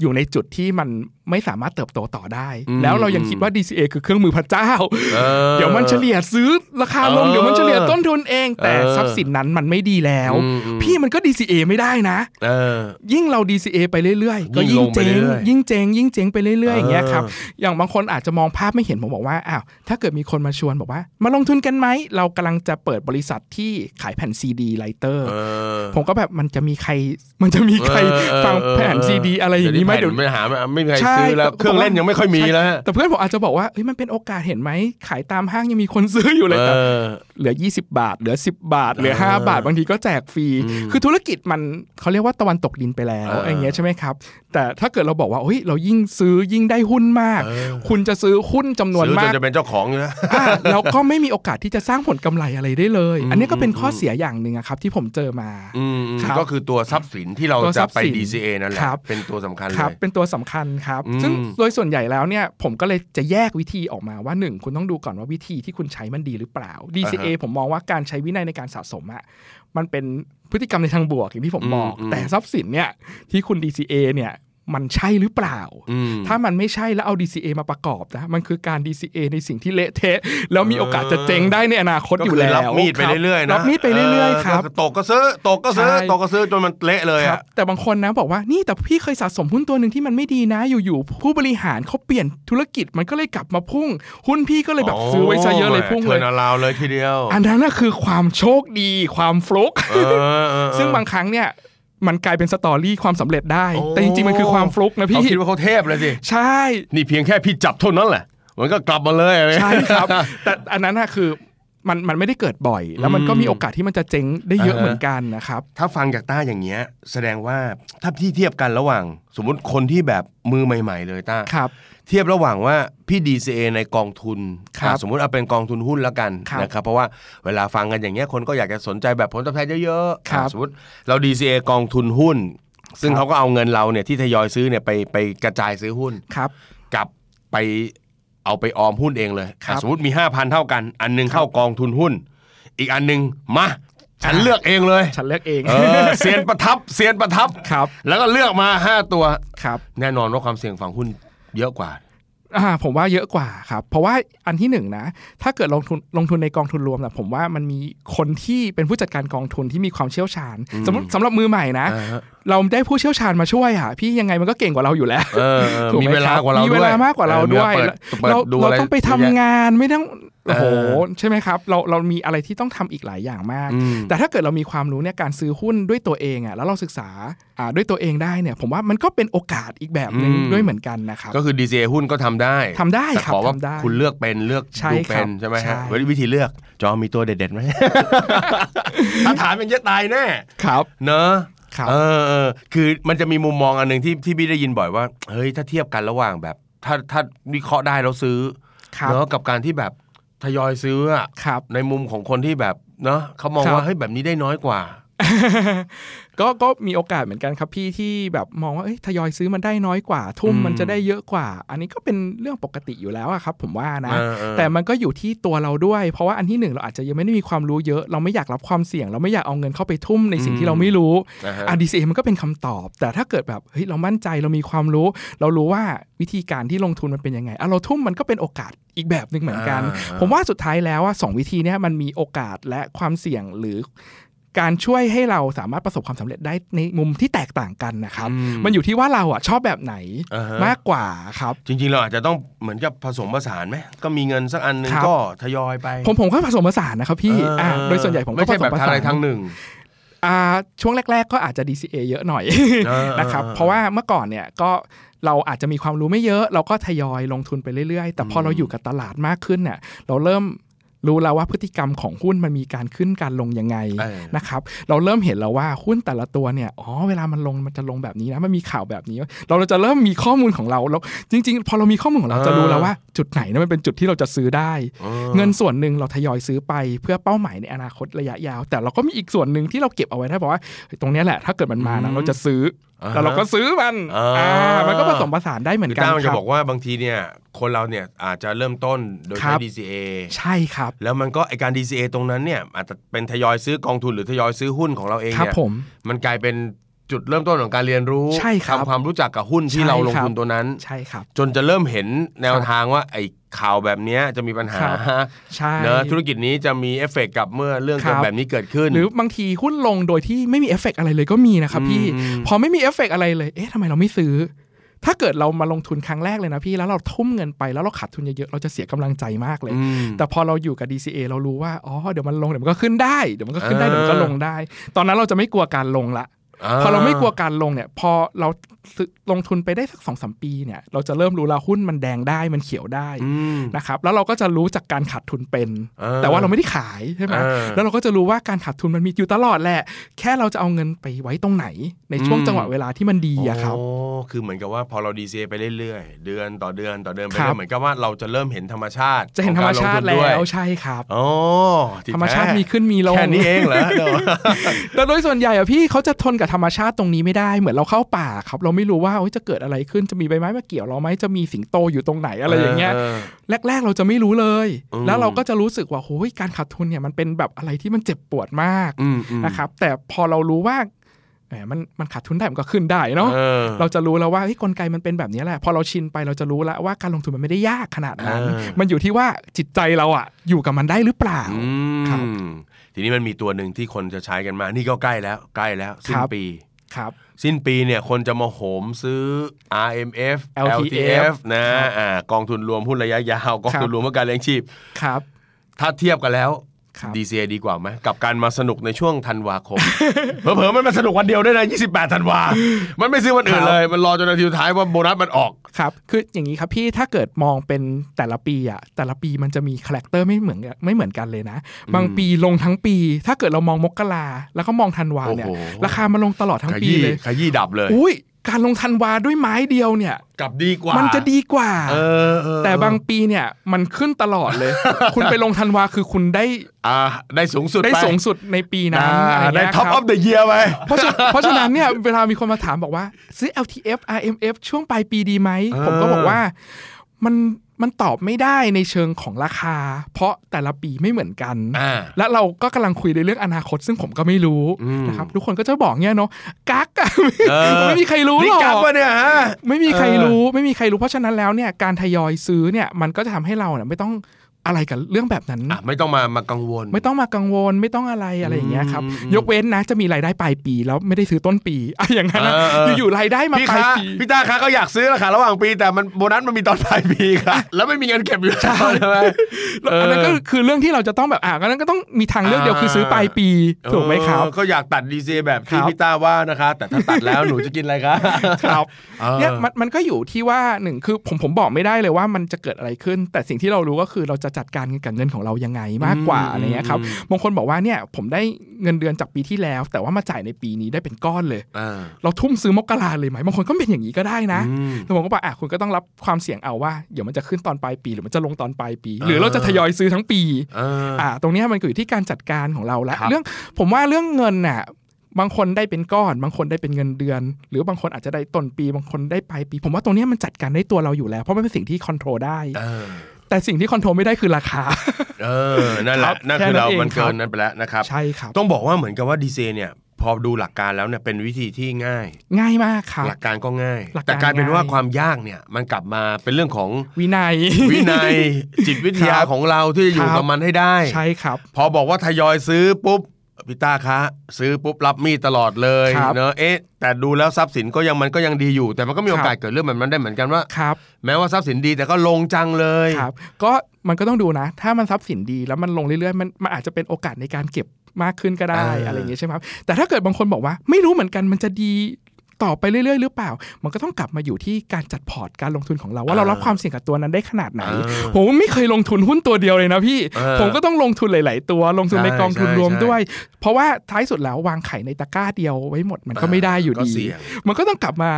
อยู่ในจุดที่มันไม่สามารถเติบโตต่อได้
อืม
แล้วเรายังคิดว่า DCA คือเครื่องมือพระเจ้า
ออ
เดี๋ยวมันเฉลี่ยซื้อราคาลง
เออ
เดี๋ยวมันเฉลี่ยต้นทุนเอง แต่
เออ
ทรัพย์สินนั้นมันไม่ดีแล้ว
อืมอืม
พี่มันก็ DCA ไม่ได้นะ
เออ
ยิ่งเรา DCA ไปเรื่อยๆ ก็
ยิ่
ยิ่
ง
ง
ลงไป
เจ๊ง
เรื่อยๆ
ยิ่งเจ๊งยิ่งเจ๊งไปเรื่อยๆอย่างเงี้ยครับ
เออ
อย่างบางคนอาจจะมองภาพไม่เห็นผมบอกว่าอ้าวถ้าเกิดมีคนมาชวนบอกว่า มาลงทุนกันไหมเรากำลังจะเปิดบริษัทที่ขายแผ่นซีดีไลเตอร์
เออ
ผมก็แบบมันจะมีใครมันจะมีใคร
เออเออ
ฟัง
เออ
แผ่นซีดีอะไรอย่างนี้ไหม
เดี๋
เดี๋
ย
ยว ว
นี้แผ่นไม่หาไม่มีใคร
ใช่
ซื้อแล้ว
ใช่
เครื่องเล่นยังไม่ค่อยมีแล้วฮะ
แต่เพื่อนผมอาจจะบอกว่าเฮ้ยมันเป็นโอกาสเห็นไหมขายตามห้างยังมีคนซื้ออยู่เลย
เอ
แต่
อ
เหลือ 20 บาท เหลือ 10 บาท เหลือ
เออ
5 บาทบางทีก็แจกฟรี
อืม
คือธุรกิจมันเขาเรียกว่าตะวันตกดินไปแล้ว
เอออ
อย่างเงี้ยใช่ไหมครับ แต่ถ้าเกิดเราบอกว่าเฮ้ยเรายิ่งซื้อยิ่งได้หุ้นมาก คุณจะซื้อหุ้นจำนวน
ซื้อจ
มาน ก
จะเป็นเจ้าของอยู่นะ
อ่ะแล้วก็ไม่มีโอกาสที่จะสร้างผลกำไรอะไรได้เลย
อืม
อันนี้ก็เป็นข้อเสียอย่างหนึ่งอะครับ ที่ผมเจอมา
อืมอืม
ครับ
ก็คือตัวทรัพย์สินที่เรา
ตัวท
จะ
รัพย์
ไป
สิน
DCA นั่นแหละ
ครับ
เป็นตัวสำคัญเล
ครับ
ย
เป็นตัวสำคัญครับ
อืม
ซึ่งโดยส่วนใหญ่แล้วเนี่ยผมก็เลยจะแยกวิธีออกมาว่าหนึ่งคุณต้องดูก่อนว่าวิธีที่คุณใช้มันดีหรือเปล่า DCA ผมมองว่าการใช้วินัยในการสะสมอะมันเป็นพฤติกรรมในทางบวกอย่างที่ผมบอก แต่ทรัพย์สินเนี่ยที่คุณ DCA เนี่ยมันใช่หรือเปล่า
อืม
ถ้ามันไม่ใช่แล้วเอา DCA มาประกอบนะ มันคือการ DCA ในสิ่งที่เละเทะ แล้วมีโอกาสจะเจ๊งได้ในอนาคต
ก็
อยู่
คื
แล้ว
รับมีดไปเรื่อยๆนะ
รับมีดไปเรื่อยๆครับ
เออตกก็ซื้อ ตกก็ซื้อ
ใช่
ตกก็ซื้อจนมันเละเลย
ครั
อะ
บแต่บางคนนะบอกว่านี่แต่พี่เคยสะสมหุ้นตัวหนึ่งที่มันไม่ดีนะ อยู่ๆผู้บริหารเขาเปลี่ยนธุรกิจมันก็เลยกลับมาพุ่ง หุ้นพี่ก็เลยแบบซื้อไว้ซะเยอะเลยพุ่งเลย
เทิร์นาราวเลยทีเดียว
อันนั้นน่ะคือความโชคดีความฟลุก
เออเออเออ
ซึ่งบางครั้งเนี่ยมันกลายเป็นสตอรี่ความสำเร็จได้
โอ้
แต่จริงๆมันคือความฟลุกนะ
เขา
พี่
คิดว่าเขาเทพเลยสิ
ใช่
นี่เพียงแค่พี่จับเท่านั้นแหละ มันก็กลับมาเลยอะไร
ใช่
[LAUGHS]
ครับ แต่อันนั้นน่ะคือมันมันไม่ได้เกิดบ่อย แล้วมันก็
อืม
มีโอกาสที่มันจะเจ๊งได้เยอะเหมือนกันนะครับ
ถ้าฟังจากต้าอย่างเงี้ย แสดงว่าถ้าที่เทียบกันระหว่าง สมมติคนที่แบบมือใหม่ ๆ เลยต้า
ครับ
เทียบระหว่างว่าพี่ DCA ในกองทุน
ครับ
อ่ะสมมุติเอาเป็นกองทุนหุ้นละกัน
ครับ
นะครับเพราะว่าเวลาฟังกันอย่างเงี้ยคนก็อยากจะสนใจแบบผลตอบแทนเยอะๆ
ครับ
อ่ะสมมติเรา DCA กองทุนหุ้น ซึ่ง
ครับ
เขาก็เอาเงินเราเนี่ยที่ทยอยซื้อเนี่ยไปไปกระจายซื้อหุ้น
ครับ
กับไปเอาไปออมหุ้นเองเลย
ครับ
อ่ะสมมติมี 5,000 เท่ากัน อันหนึงเข้ากองทุนหุ้น อีกอันหนึงมาฉัน
อ่ะ
เลือกเองเลย
ฉันเลือกเอง
เออเซียนประทับเซียนประทับ
ครับ
แล้วก็เลือกมาห้าตัว
ครับ
แน่นอนว่าความเสี่ยงฝั่งหุ้นเยอะกว่า
อ่าผมว่าเยอะกว่าครับ เพราะว่าอันที่หนึ่งนะ ถ้าเกิดลงทุนลงทุนในกองทุนรวมนะผมว่ามันมีคนที่เป็นผู้จัดการกองทุนที่มีความเชี่ยวชาญสำหรับสำหรับมือใหม่นะ
อ่าฮะ
เราได้ผู้เชี่ยวชาญมาช่วยอ่ะพี่ยังไงมันก็เก่งกว่าเราอยู่แล้ว
เออเออ
ถูก
มี
ไห
เวลากว่าเรา
มี
ด้วย
เวลามากกว่าเรา
ออ
ด้วย
เปิดเปิด
เรา
ดู
เรา
อะไร
ต้องไปทำ
เยอะแยะ
งานไม่ต้องโอ้โห
เออ
ใช่ไหมครับ เราเรามีอะไรที่ต้องทำอีกหลายอย่างมาก
อืม
แต่ถ้าเกิดเรามีความรู้เนี่ยการซื้อหุ้นด้วยตัวเองอ่ะแล้วเราศึกษาอ่าด้วยตัวเองได้เนี่ย ผมว่ามันก็เป็นโอกาสอีกแบบหนึ่ง
อืม
ด้วยเหมือนกันนะครับ
ก็คือ DCA หุ้นก็ทำได้
ทำได้
แต่
ครับ
ขอว่า
ทำได้
คุณเลือกเป็นเลือก
ใช่
ดู
ค
เป็
รับ
นใช่ไหม
ใช่
ฮะวิธีเลือก จอมีตัวเด็ดๆ
[LAUGHS]
ไหม ถ้าถามมันจะตายแน่
ครับ
เนอะ
ครับ
เออเออคือมันจะมีมุมมองอันหนึ่งที่ที่พี่ได้ยินบ่อยว่า เฮ้ย ถ้าเทียบกันระหว่างแบบ ถ้าถ้าวิเคราะห์ได้แล้วซื้อ
ครับ
เนอะกับการที่แบบทยอยซื้ออะ
ครับ [LAUGHS]
ในมุมของคนที่แบบเนอะเขามอง
ครับ
ว่าเฮ้ยแบบนี้ได้น้อยกว่า
ก็ก็มีโอกาสเหมือนกันครับพี่ที่แบบมองว่าเอ้ยทยอยซื้อมันได้น้อยกว่า ทุ่ม
อืม
มันจะได้เยอะกว่า อันนี้ก็เป็นเรื่องปกติอยู่แล้วอะครับ ผมว่านะ
เออเออ
แต่มันก็อยู่ที่ตัวเราด้วย เพราะว่าอันที่หนึ่งเราอาจจะยังไม่ได้มีความรู้เยอะ เราไม่อยากรับความเสี่ยง เราไม่อยากเอาเงินเข้าไปทุ่มในสิ่ง
อืม
ที่เราไม่รู้
นะฮะ
อันดีซีมันก็เป็นคำตอบ แต่ถ้าเกิดแบบเฮ้ยเรามั่นใจเรามีความรู้ เรารู้ว่าวิธีการที่ลงทุนมันเป็นยังไงอ่ะเราทุ่มมันก็เป็นโอกาสอีกแบบหนึ่งเหมือนกัน
อ่า
ผมว่าสุดท้ายแล้วว่าสองวิธีเนี้ยมันมีโอกาสและความเสี่ยงหรือ การช่วยให้เราสามารถประสบความสำเร็จได้ในมุมที่แตกต่างกันนะครับ มันอยู่ที่ว่าเราอ่ะชอบแบบไหน
อ่าฮะ
มากกว่าครับ
จริงๆ เราอาจจะต้องเหมือนกับผสมผสานไหมก็มีเงินสักอันหนึ่ง
ครับ
ก็ทยอยไป
ผมผมก็ผสมผสานนะครับพี่
เอออ่
าโดยส่วนใหญ่ผมก็
ไม่
ผ
ใช่
ส
แบ
ม
บ
ผ
ทาง
สา
ใด
น
ทางหนึ่ง
อ่าช่วงแรก ๆ ก็อาจจะ DCA เยอะหน่อย
เออ
นะครับ
เออ
เพราะว่าเมื่อก่อนเนี่ยก็เราอาจจะมีความรู้ไม่เยอะ เราก็ทยอยลงทุนไปเรื่อยๆ แต่พอ
อืม
เราอยู่กับตลาดมากขึ้นเนี่ยเราเริ่มรู้แล้วว่าพฤติกรรมของหุ้นมันมีการขึ้นการลงยังไง
เออ
นะครับเราเริ่มเห็นแล้วว่าหุ้นแต่ละตัวเนี่ยอ๋อเวลามันลงมันจะลงแบบนี้นะมันมีข่าวแบบนี้ เราเราจะเริ่มมีข้อมูลของเราแล้วจริง ๆ พอเรามีข้อมูลของเรา
เออ
จะรู้แล้วว่าจุดไหนนะมันเป็นจุดที่เราจะซื้อได้
ออ
เงินส่วนหนึ่งเราทยอยซื้อไปเพื่อเป้าหมายในอนาคตระยะยาว แต่เราก็มีอีกส่วนหนึ่งที่เราเก็บเอาไว้ได้บอกว่าเฮ้ยตรงเนี้ยแหละถ้าเกิดมันมา
อื
นะ
ม
เราจะซื้อ
อ่าฮะ
แล้วเราก็ซื้อมัน
อ่า
อ่ามันก็ผสมผสานได้เหมือน
คือ
กัน
ต้ามัน
ค
จะ
รับ
บอกว่าบางทีเนี่ย คนเราเนี่ยอาจจะเริ่มต้นโดย
ครั
ใช้
บ
DCA
ใช่ครับ
แล้วมันก็ไอการ DCA ตรงนั้นเนี่ย อาจจะเป็นทยอยซื้อกองทุนหรือทยอยซื้อหุ้นของเราเอง
ครับ
เนี่ย
ผม
มันกลายเป็นจุดเริ่มต้นของการเรียนรู้
ใช่ครับ
ทำความรู้จักกับหุ้นที่
ใช่
เราลง
ครับ
ทุนตัวนั้น
ใช่ครับ
จนจะเริ่มเห็นแนว
ครับ
ทางว่าไอข่าวแบบเนี้ยจะมีปัญหา
ครับ ใช่
เนอะธุรกิจนี้จะมีเอฟเฟกต์กับเมื่อเรื่อง
ครับ
แบบนี้เกิดขึ้น
หรือบางทีหุ้นลงโดยที่ไม่มีเอฟเฟกต์อะไรเลยก็มีนะครับพี่
อืม
พอไม่มีเอฟเฟกต์อะไรเลย เอ๊ะทำไมเราไม่ซื้อ ถ้าเกิดเรามาลงทุนครั้งแรกเลยนะพี่ แล้วเราทุ่มเงินไปแล้วเราขาดทุนเยอะๆ เราจะเสียกำลังใจมากเลย
ม
แต่พอเราอยู่กับ DCA เรารู้ว่า อ๋อ เดี๋ยวมันลง เดี๋ยวมันก็ขึ้นได้ เดี๋ยวมันก็ขึ้นได้ เดี๋ยวมันก็ลงได้ ตอนนั้นเราจะไม่กลัวการลงละ พอเราไม่กลัวการลงเนี่ย พอเรา ซื้อลงทุนไปได้สักสองสมปีเนี่ยเราจะเริ่มรู้แล้วหุ้นมันแดงได้มันเขียวได้
อืม
นะครับแล้วเราก็จะรู้จากการขาดทุนเป็น
เออ
แต่ว่าเราไม่ได้ขายใช่ไหม
เออ
แล้วเราก็จะรู้ว่าการขาดทุนมันมีอยู่ตลอดแหละ แค่เราจะเอาเงินไปไว้ตรงไหน ในช่วง
อืม
จังหวะเวลาที่มันดีอะครับ
โอ้คือเหมือนกับว่าพอเราดีเซไปเรื่อยๆ เดือนต่อเดือนต่อเดือนไป
ครั
เรื่อบ ยเหมือนกับว่าเราจะเริ่มเห็นธรรมชาติ
จะเห็นธรรมชาติ
ของกงทุ
แล้
นด้วย
วใช่ครับ
อ๋อที่
ธรรมชาติ
แท้
มีขึ้นมีลง
แค่นี้เองเหรอ
แต่โดยส่วนใหญ่อะพี่เขาจะทนกับธรรมชาติตรงนี้ไม่ได้เหมือนเราเข้าป่าครับ เราไม่รู้ว่าโอ๊ยจะเกิดอะไรขึ้นจะมีใบไม้มาเกี่ยวเราไหมจะมีสิงโตอยู่ตรงไหนอะไรอย่างเงี้ย แรก ๆ เราจะไม่รู้เลย
อืม
แล้วเราก็จะรู้สึกว่าโอ้ยการขาดทุนเนี่ยมันเป็นแบบอะไรที่มันเจ็บปวดมาก
อืมอืม
นะครับ แต่พอเรารู้ว่าแหมมันมันขาดทุนได้มันก็ขึ้นได้เนาะ
ออ
เราจะรู้แล้วว่าเฮ้ยกลไกมันเป็นแบบนี้แหละ พอเราชินไปเราจะรู้แล้วว่าการลงทุนมันไม่ได้ยากขนาดนั้น
เออ
มันอยู่ที่ว่าจิตใจเราอะอยู่กับมันได้หรือเปล่า
อืม
ครับ
ทีนี้มันมีตัวหนึ่งที่คนจะใช้กันมา นี่ก็ใกล้แล้ว ใกล้แล้ว สิ้
คน รับ
ปี
ครับ
สิ้นปีเนี่ยคนจะมาโหมซื้อ RMF
LTF
นะครับ อ่ากองทุนรวมหุ้นระยะยาวกองทุ
ครั
น
บ
รวมเพื่อการเลี้ยงชีพ
ครับ
ถ้าเทียบกันแล้ว
ครับ
DCA ดีกว่าไหมกับการมาสนุกในช่วงธันวา
[LAUGHS]
คม เผลอๆมันมาสนุกวันเดียวด้วยนะ 28 ธันวา มันไม่ซื้อวันอื่นเลย มันรอจนนาทีสุดท้ายว่าโบนัสมันออก
ครับ คืออย่างนี้ครับพี่ ถ้าเกิดมองเป็นแต่ละปีอะแต่ละปีมันจะมีคาแรคเตอร์ไม่เหมือนกันไม่เหมือนกันเลยนะ บางปีลงทั้งปี ถ้าเกิดเรามองมกราแล้วก็มองธันวาเนี่ย
โอ้โห
ราคามันลงตลอดทั้ง
ข
ปี
ยี้
เลย
ขยี้ดับเลย
อุ้ย การลงธันวาด้วยไม้เดียวเนี่ย
กลับดีกว่า
มั
มัน
จะดีกว่า
เออเออ
แต่บางปีเนี่ยมันขึ้นตลอดเลย คุณไปลงธันวาคือคุณได้
อ่าได้สูงสุด
ได้
ป
สูงสุดในปีนั้น
อ่า
อะไร
ได้
เงี้ย
ท็อป
ค
อ
รั
อฟเดอะเยียไป
เพราะฉะเพราะฉะนั้นเนี่ยเวลามีคนมาถามบอกว่า ซื้อ LTF RMF ช่วงปลายปีดีไหม
เออ
ผมก็บอกว่ามันมันตอบไม่ได้ในเชิงของราคา เพราะแต่ละปีไม่เหมือนกัน
อ่า
และเราก็กำลังคุยในเรื่องอนาคต ซึ่งผมก็ไม่รู้
อืม
นะครับทุกคนก็จะบอกเนี่ยเนาะกัก [LAUGHS] อะ
เออ
ไม่มีใครรู้ห
นี่
รอก
กลับมาเนี่ยฮะ
ไม่มีใครรู้ไม่มีใครรู้เพราะฉะนั้นแล้วเนี่ยการทยอยซื้อเนี่ยมันก็จะทำให้เราเนี่ยไม่ต้องอะไรกับเรื่องแบบนั้น
อ่ะไม่ต้องมามากังวล
ไม่ต้องมากังวลไม่ต้องอะไรอะไรอย่างเงี้ยครับ
อืมอืม
ยกเว้นนะจะมีรายได้ปลายปีแล้วไม่ได้ซื้อต้นปี [LAUGHS] อะอย่างนั้นนะ
เออเออ
อยู่ๆรายได้มา
พี่
ปลาย
ค้า
ปี
พี่ตาค้าก็อยากซื้อราคาระหว่างปีแต่มันโบนัสมันมีตอนปลายปี
[LAUGHS]
ครับแล้วไม่มีเงินเก็บอยู่แล้วใช่ไหม
แล้วอันนั้นก็คือเรื่องที่เราจะต้องแบบอ่ะอันนั้นก็ต้องมีทางเลือกเดียวคือซื้อปลายปีถูกไหมครับ
เออก็อยากตัดดีเจแบบที่
ครับ
พี่ต้าว่านะคะ แต่ถ้าตัด
[LAUGHS]
แล้ว หนูจะกินอะไรคะ
ครับ
ออ
เนี่ยมันมันก็อยู่ที่ว่าหนึ่งคือผมผมบอกไม่ได้เลยว่ามันจะเกิดอะไรขึ้น แต่สิ่งที่เรารู้ก็คือเราจะจัดการกับเงินของเรายังไงมากกว่า
อืม
อะไรเงี้ยครับ
อืม
บางคนบอกว่าเนี่ยผมได้เงินเดือนจากปีที่แล้ว แต่ว่ามาจ่ายในปีนี้ได้เป็นก้อนเลย
อ่า
เราทุ่มซื้อมกราเลยไหมบางคนก็เป็นอย่างนี้ก็ได้นะ
อืม
แต่ผมก็บอกอ่ะคุณก็ต้องรับความเสี่ยงเอาว่าเดี๋ยวมันจะขึ้นตอนปลายปีหรือมันจะลงตอนปลายปี หรือ
เออ
เราจะทยอยซื้อทั้งปี
เออ
อ่าตรงเนี้ยมันก็อยู่ที่การจัดการของเราละ
ครับ
เรื่องผมว่าเรื่องเงินน่ะบางคนได้เป็นก้อน บางคนได้เป็นเงินเดือน หรือบางคนอาจจะได้ต้นปี บางคนได้ปลายปี ผมว่าตรงเนี้ยมันจัดการได้ตัวเราอยู่แล้ว เพราะมันเป็นสิ่งที่คอนโทรลได้
เออ
แต่สิ่งที่คอนโทรลไม่ได้คือราคา
เออนั่นแห
ครั
ละ
บ
นั่นคือเรา
แค่นั้นเอง
มันเกิน
ครับ
นั้นไปแล้วนะครับ
ใช่ครับ
ต้องบอกว่าเหมือนกับว่าดีเจเนี่ย พอดูหลักการแล้วเนี่ยเป็นวิธีที่ง่าย
ง่ายมากครับ
หลักการก็ง่าย
หลักการ
แต่กลายเป็นว่า
ง่าย
ความยากเนี่ยมันกลับมาเป็นเรื่องของ
วินัย
วินัย จิตวิทยา
ครับ
ของเราที่จะอยู่
ครับ
กับมันให้ได้
ใช่ครับ
พอบอกว่าทยอยซื้อปุ๊บพี่ต้าคะ ซื้อปุ๊บรับมีดตลอดเลย
ครับ
เนอะเอ๊ะแต่ดูแล้วทรัพย์สินก็ยังมันก็ยังดีอยู่ แต่มันก็มี
ค
โอ
รั
บ กาสเกิดเรื่องแบบนั้นได้เหมือนกันว่า
ครับ
แม้ว่าทรัพย์สินดีแต่ก็ลงจังเลย
ครับก็มันก็ต้องดูนะ ถ้ามันทรัพย์สินดีแล้วมันลงเรื่อยๆ มันมันอาจจะเป็นโอกาสในการเก็บมากขึ้นก็ได้
เอออ
อะไรอย่างเงี้ยใช่ไหมครับแต่ถ้าเกิดบางคนบอกว่า ไม่รู้เหมือนกันมันจะดีต่อไปเรื่อยๆ หรือเปล่า มันก็ต้องกลับมาอยู่ที่การจัดพอร์ตการลงทุนของเราว่าเรารับความเสี่ยงกับตัวนั้นได้ขนาดไหน
เออ
ผมไม่เคยลงทุนหุ้นตัวเดียวเลยนะพี่
เออ
ผมก็ต้องลงทุนหลาย ๆ ตัว ลงทุน
ใช่
ในกองทุน
ใช่
รวม
ใช่
ด้วย เพราะว่าท้ายสุดแล้ววางไข่ในตะกร้าเดียวไว้หมดมันก็ไม่ได้อยู่
ก็
ดี
เสี่ยง
มันก็ต้องกลับมา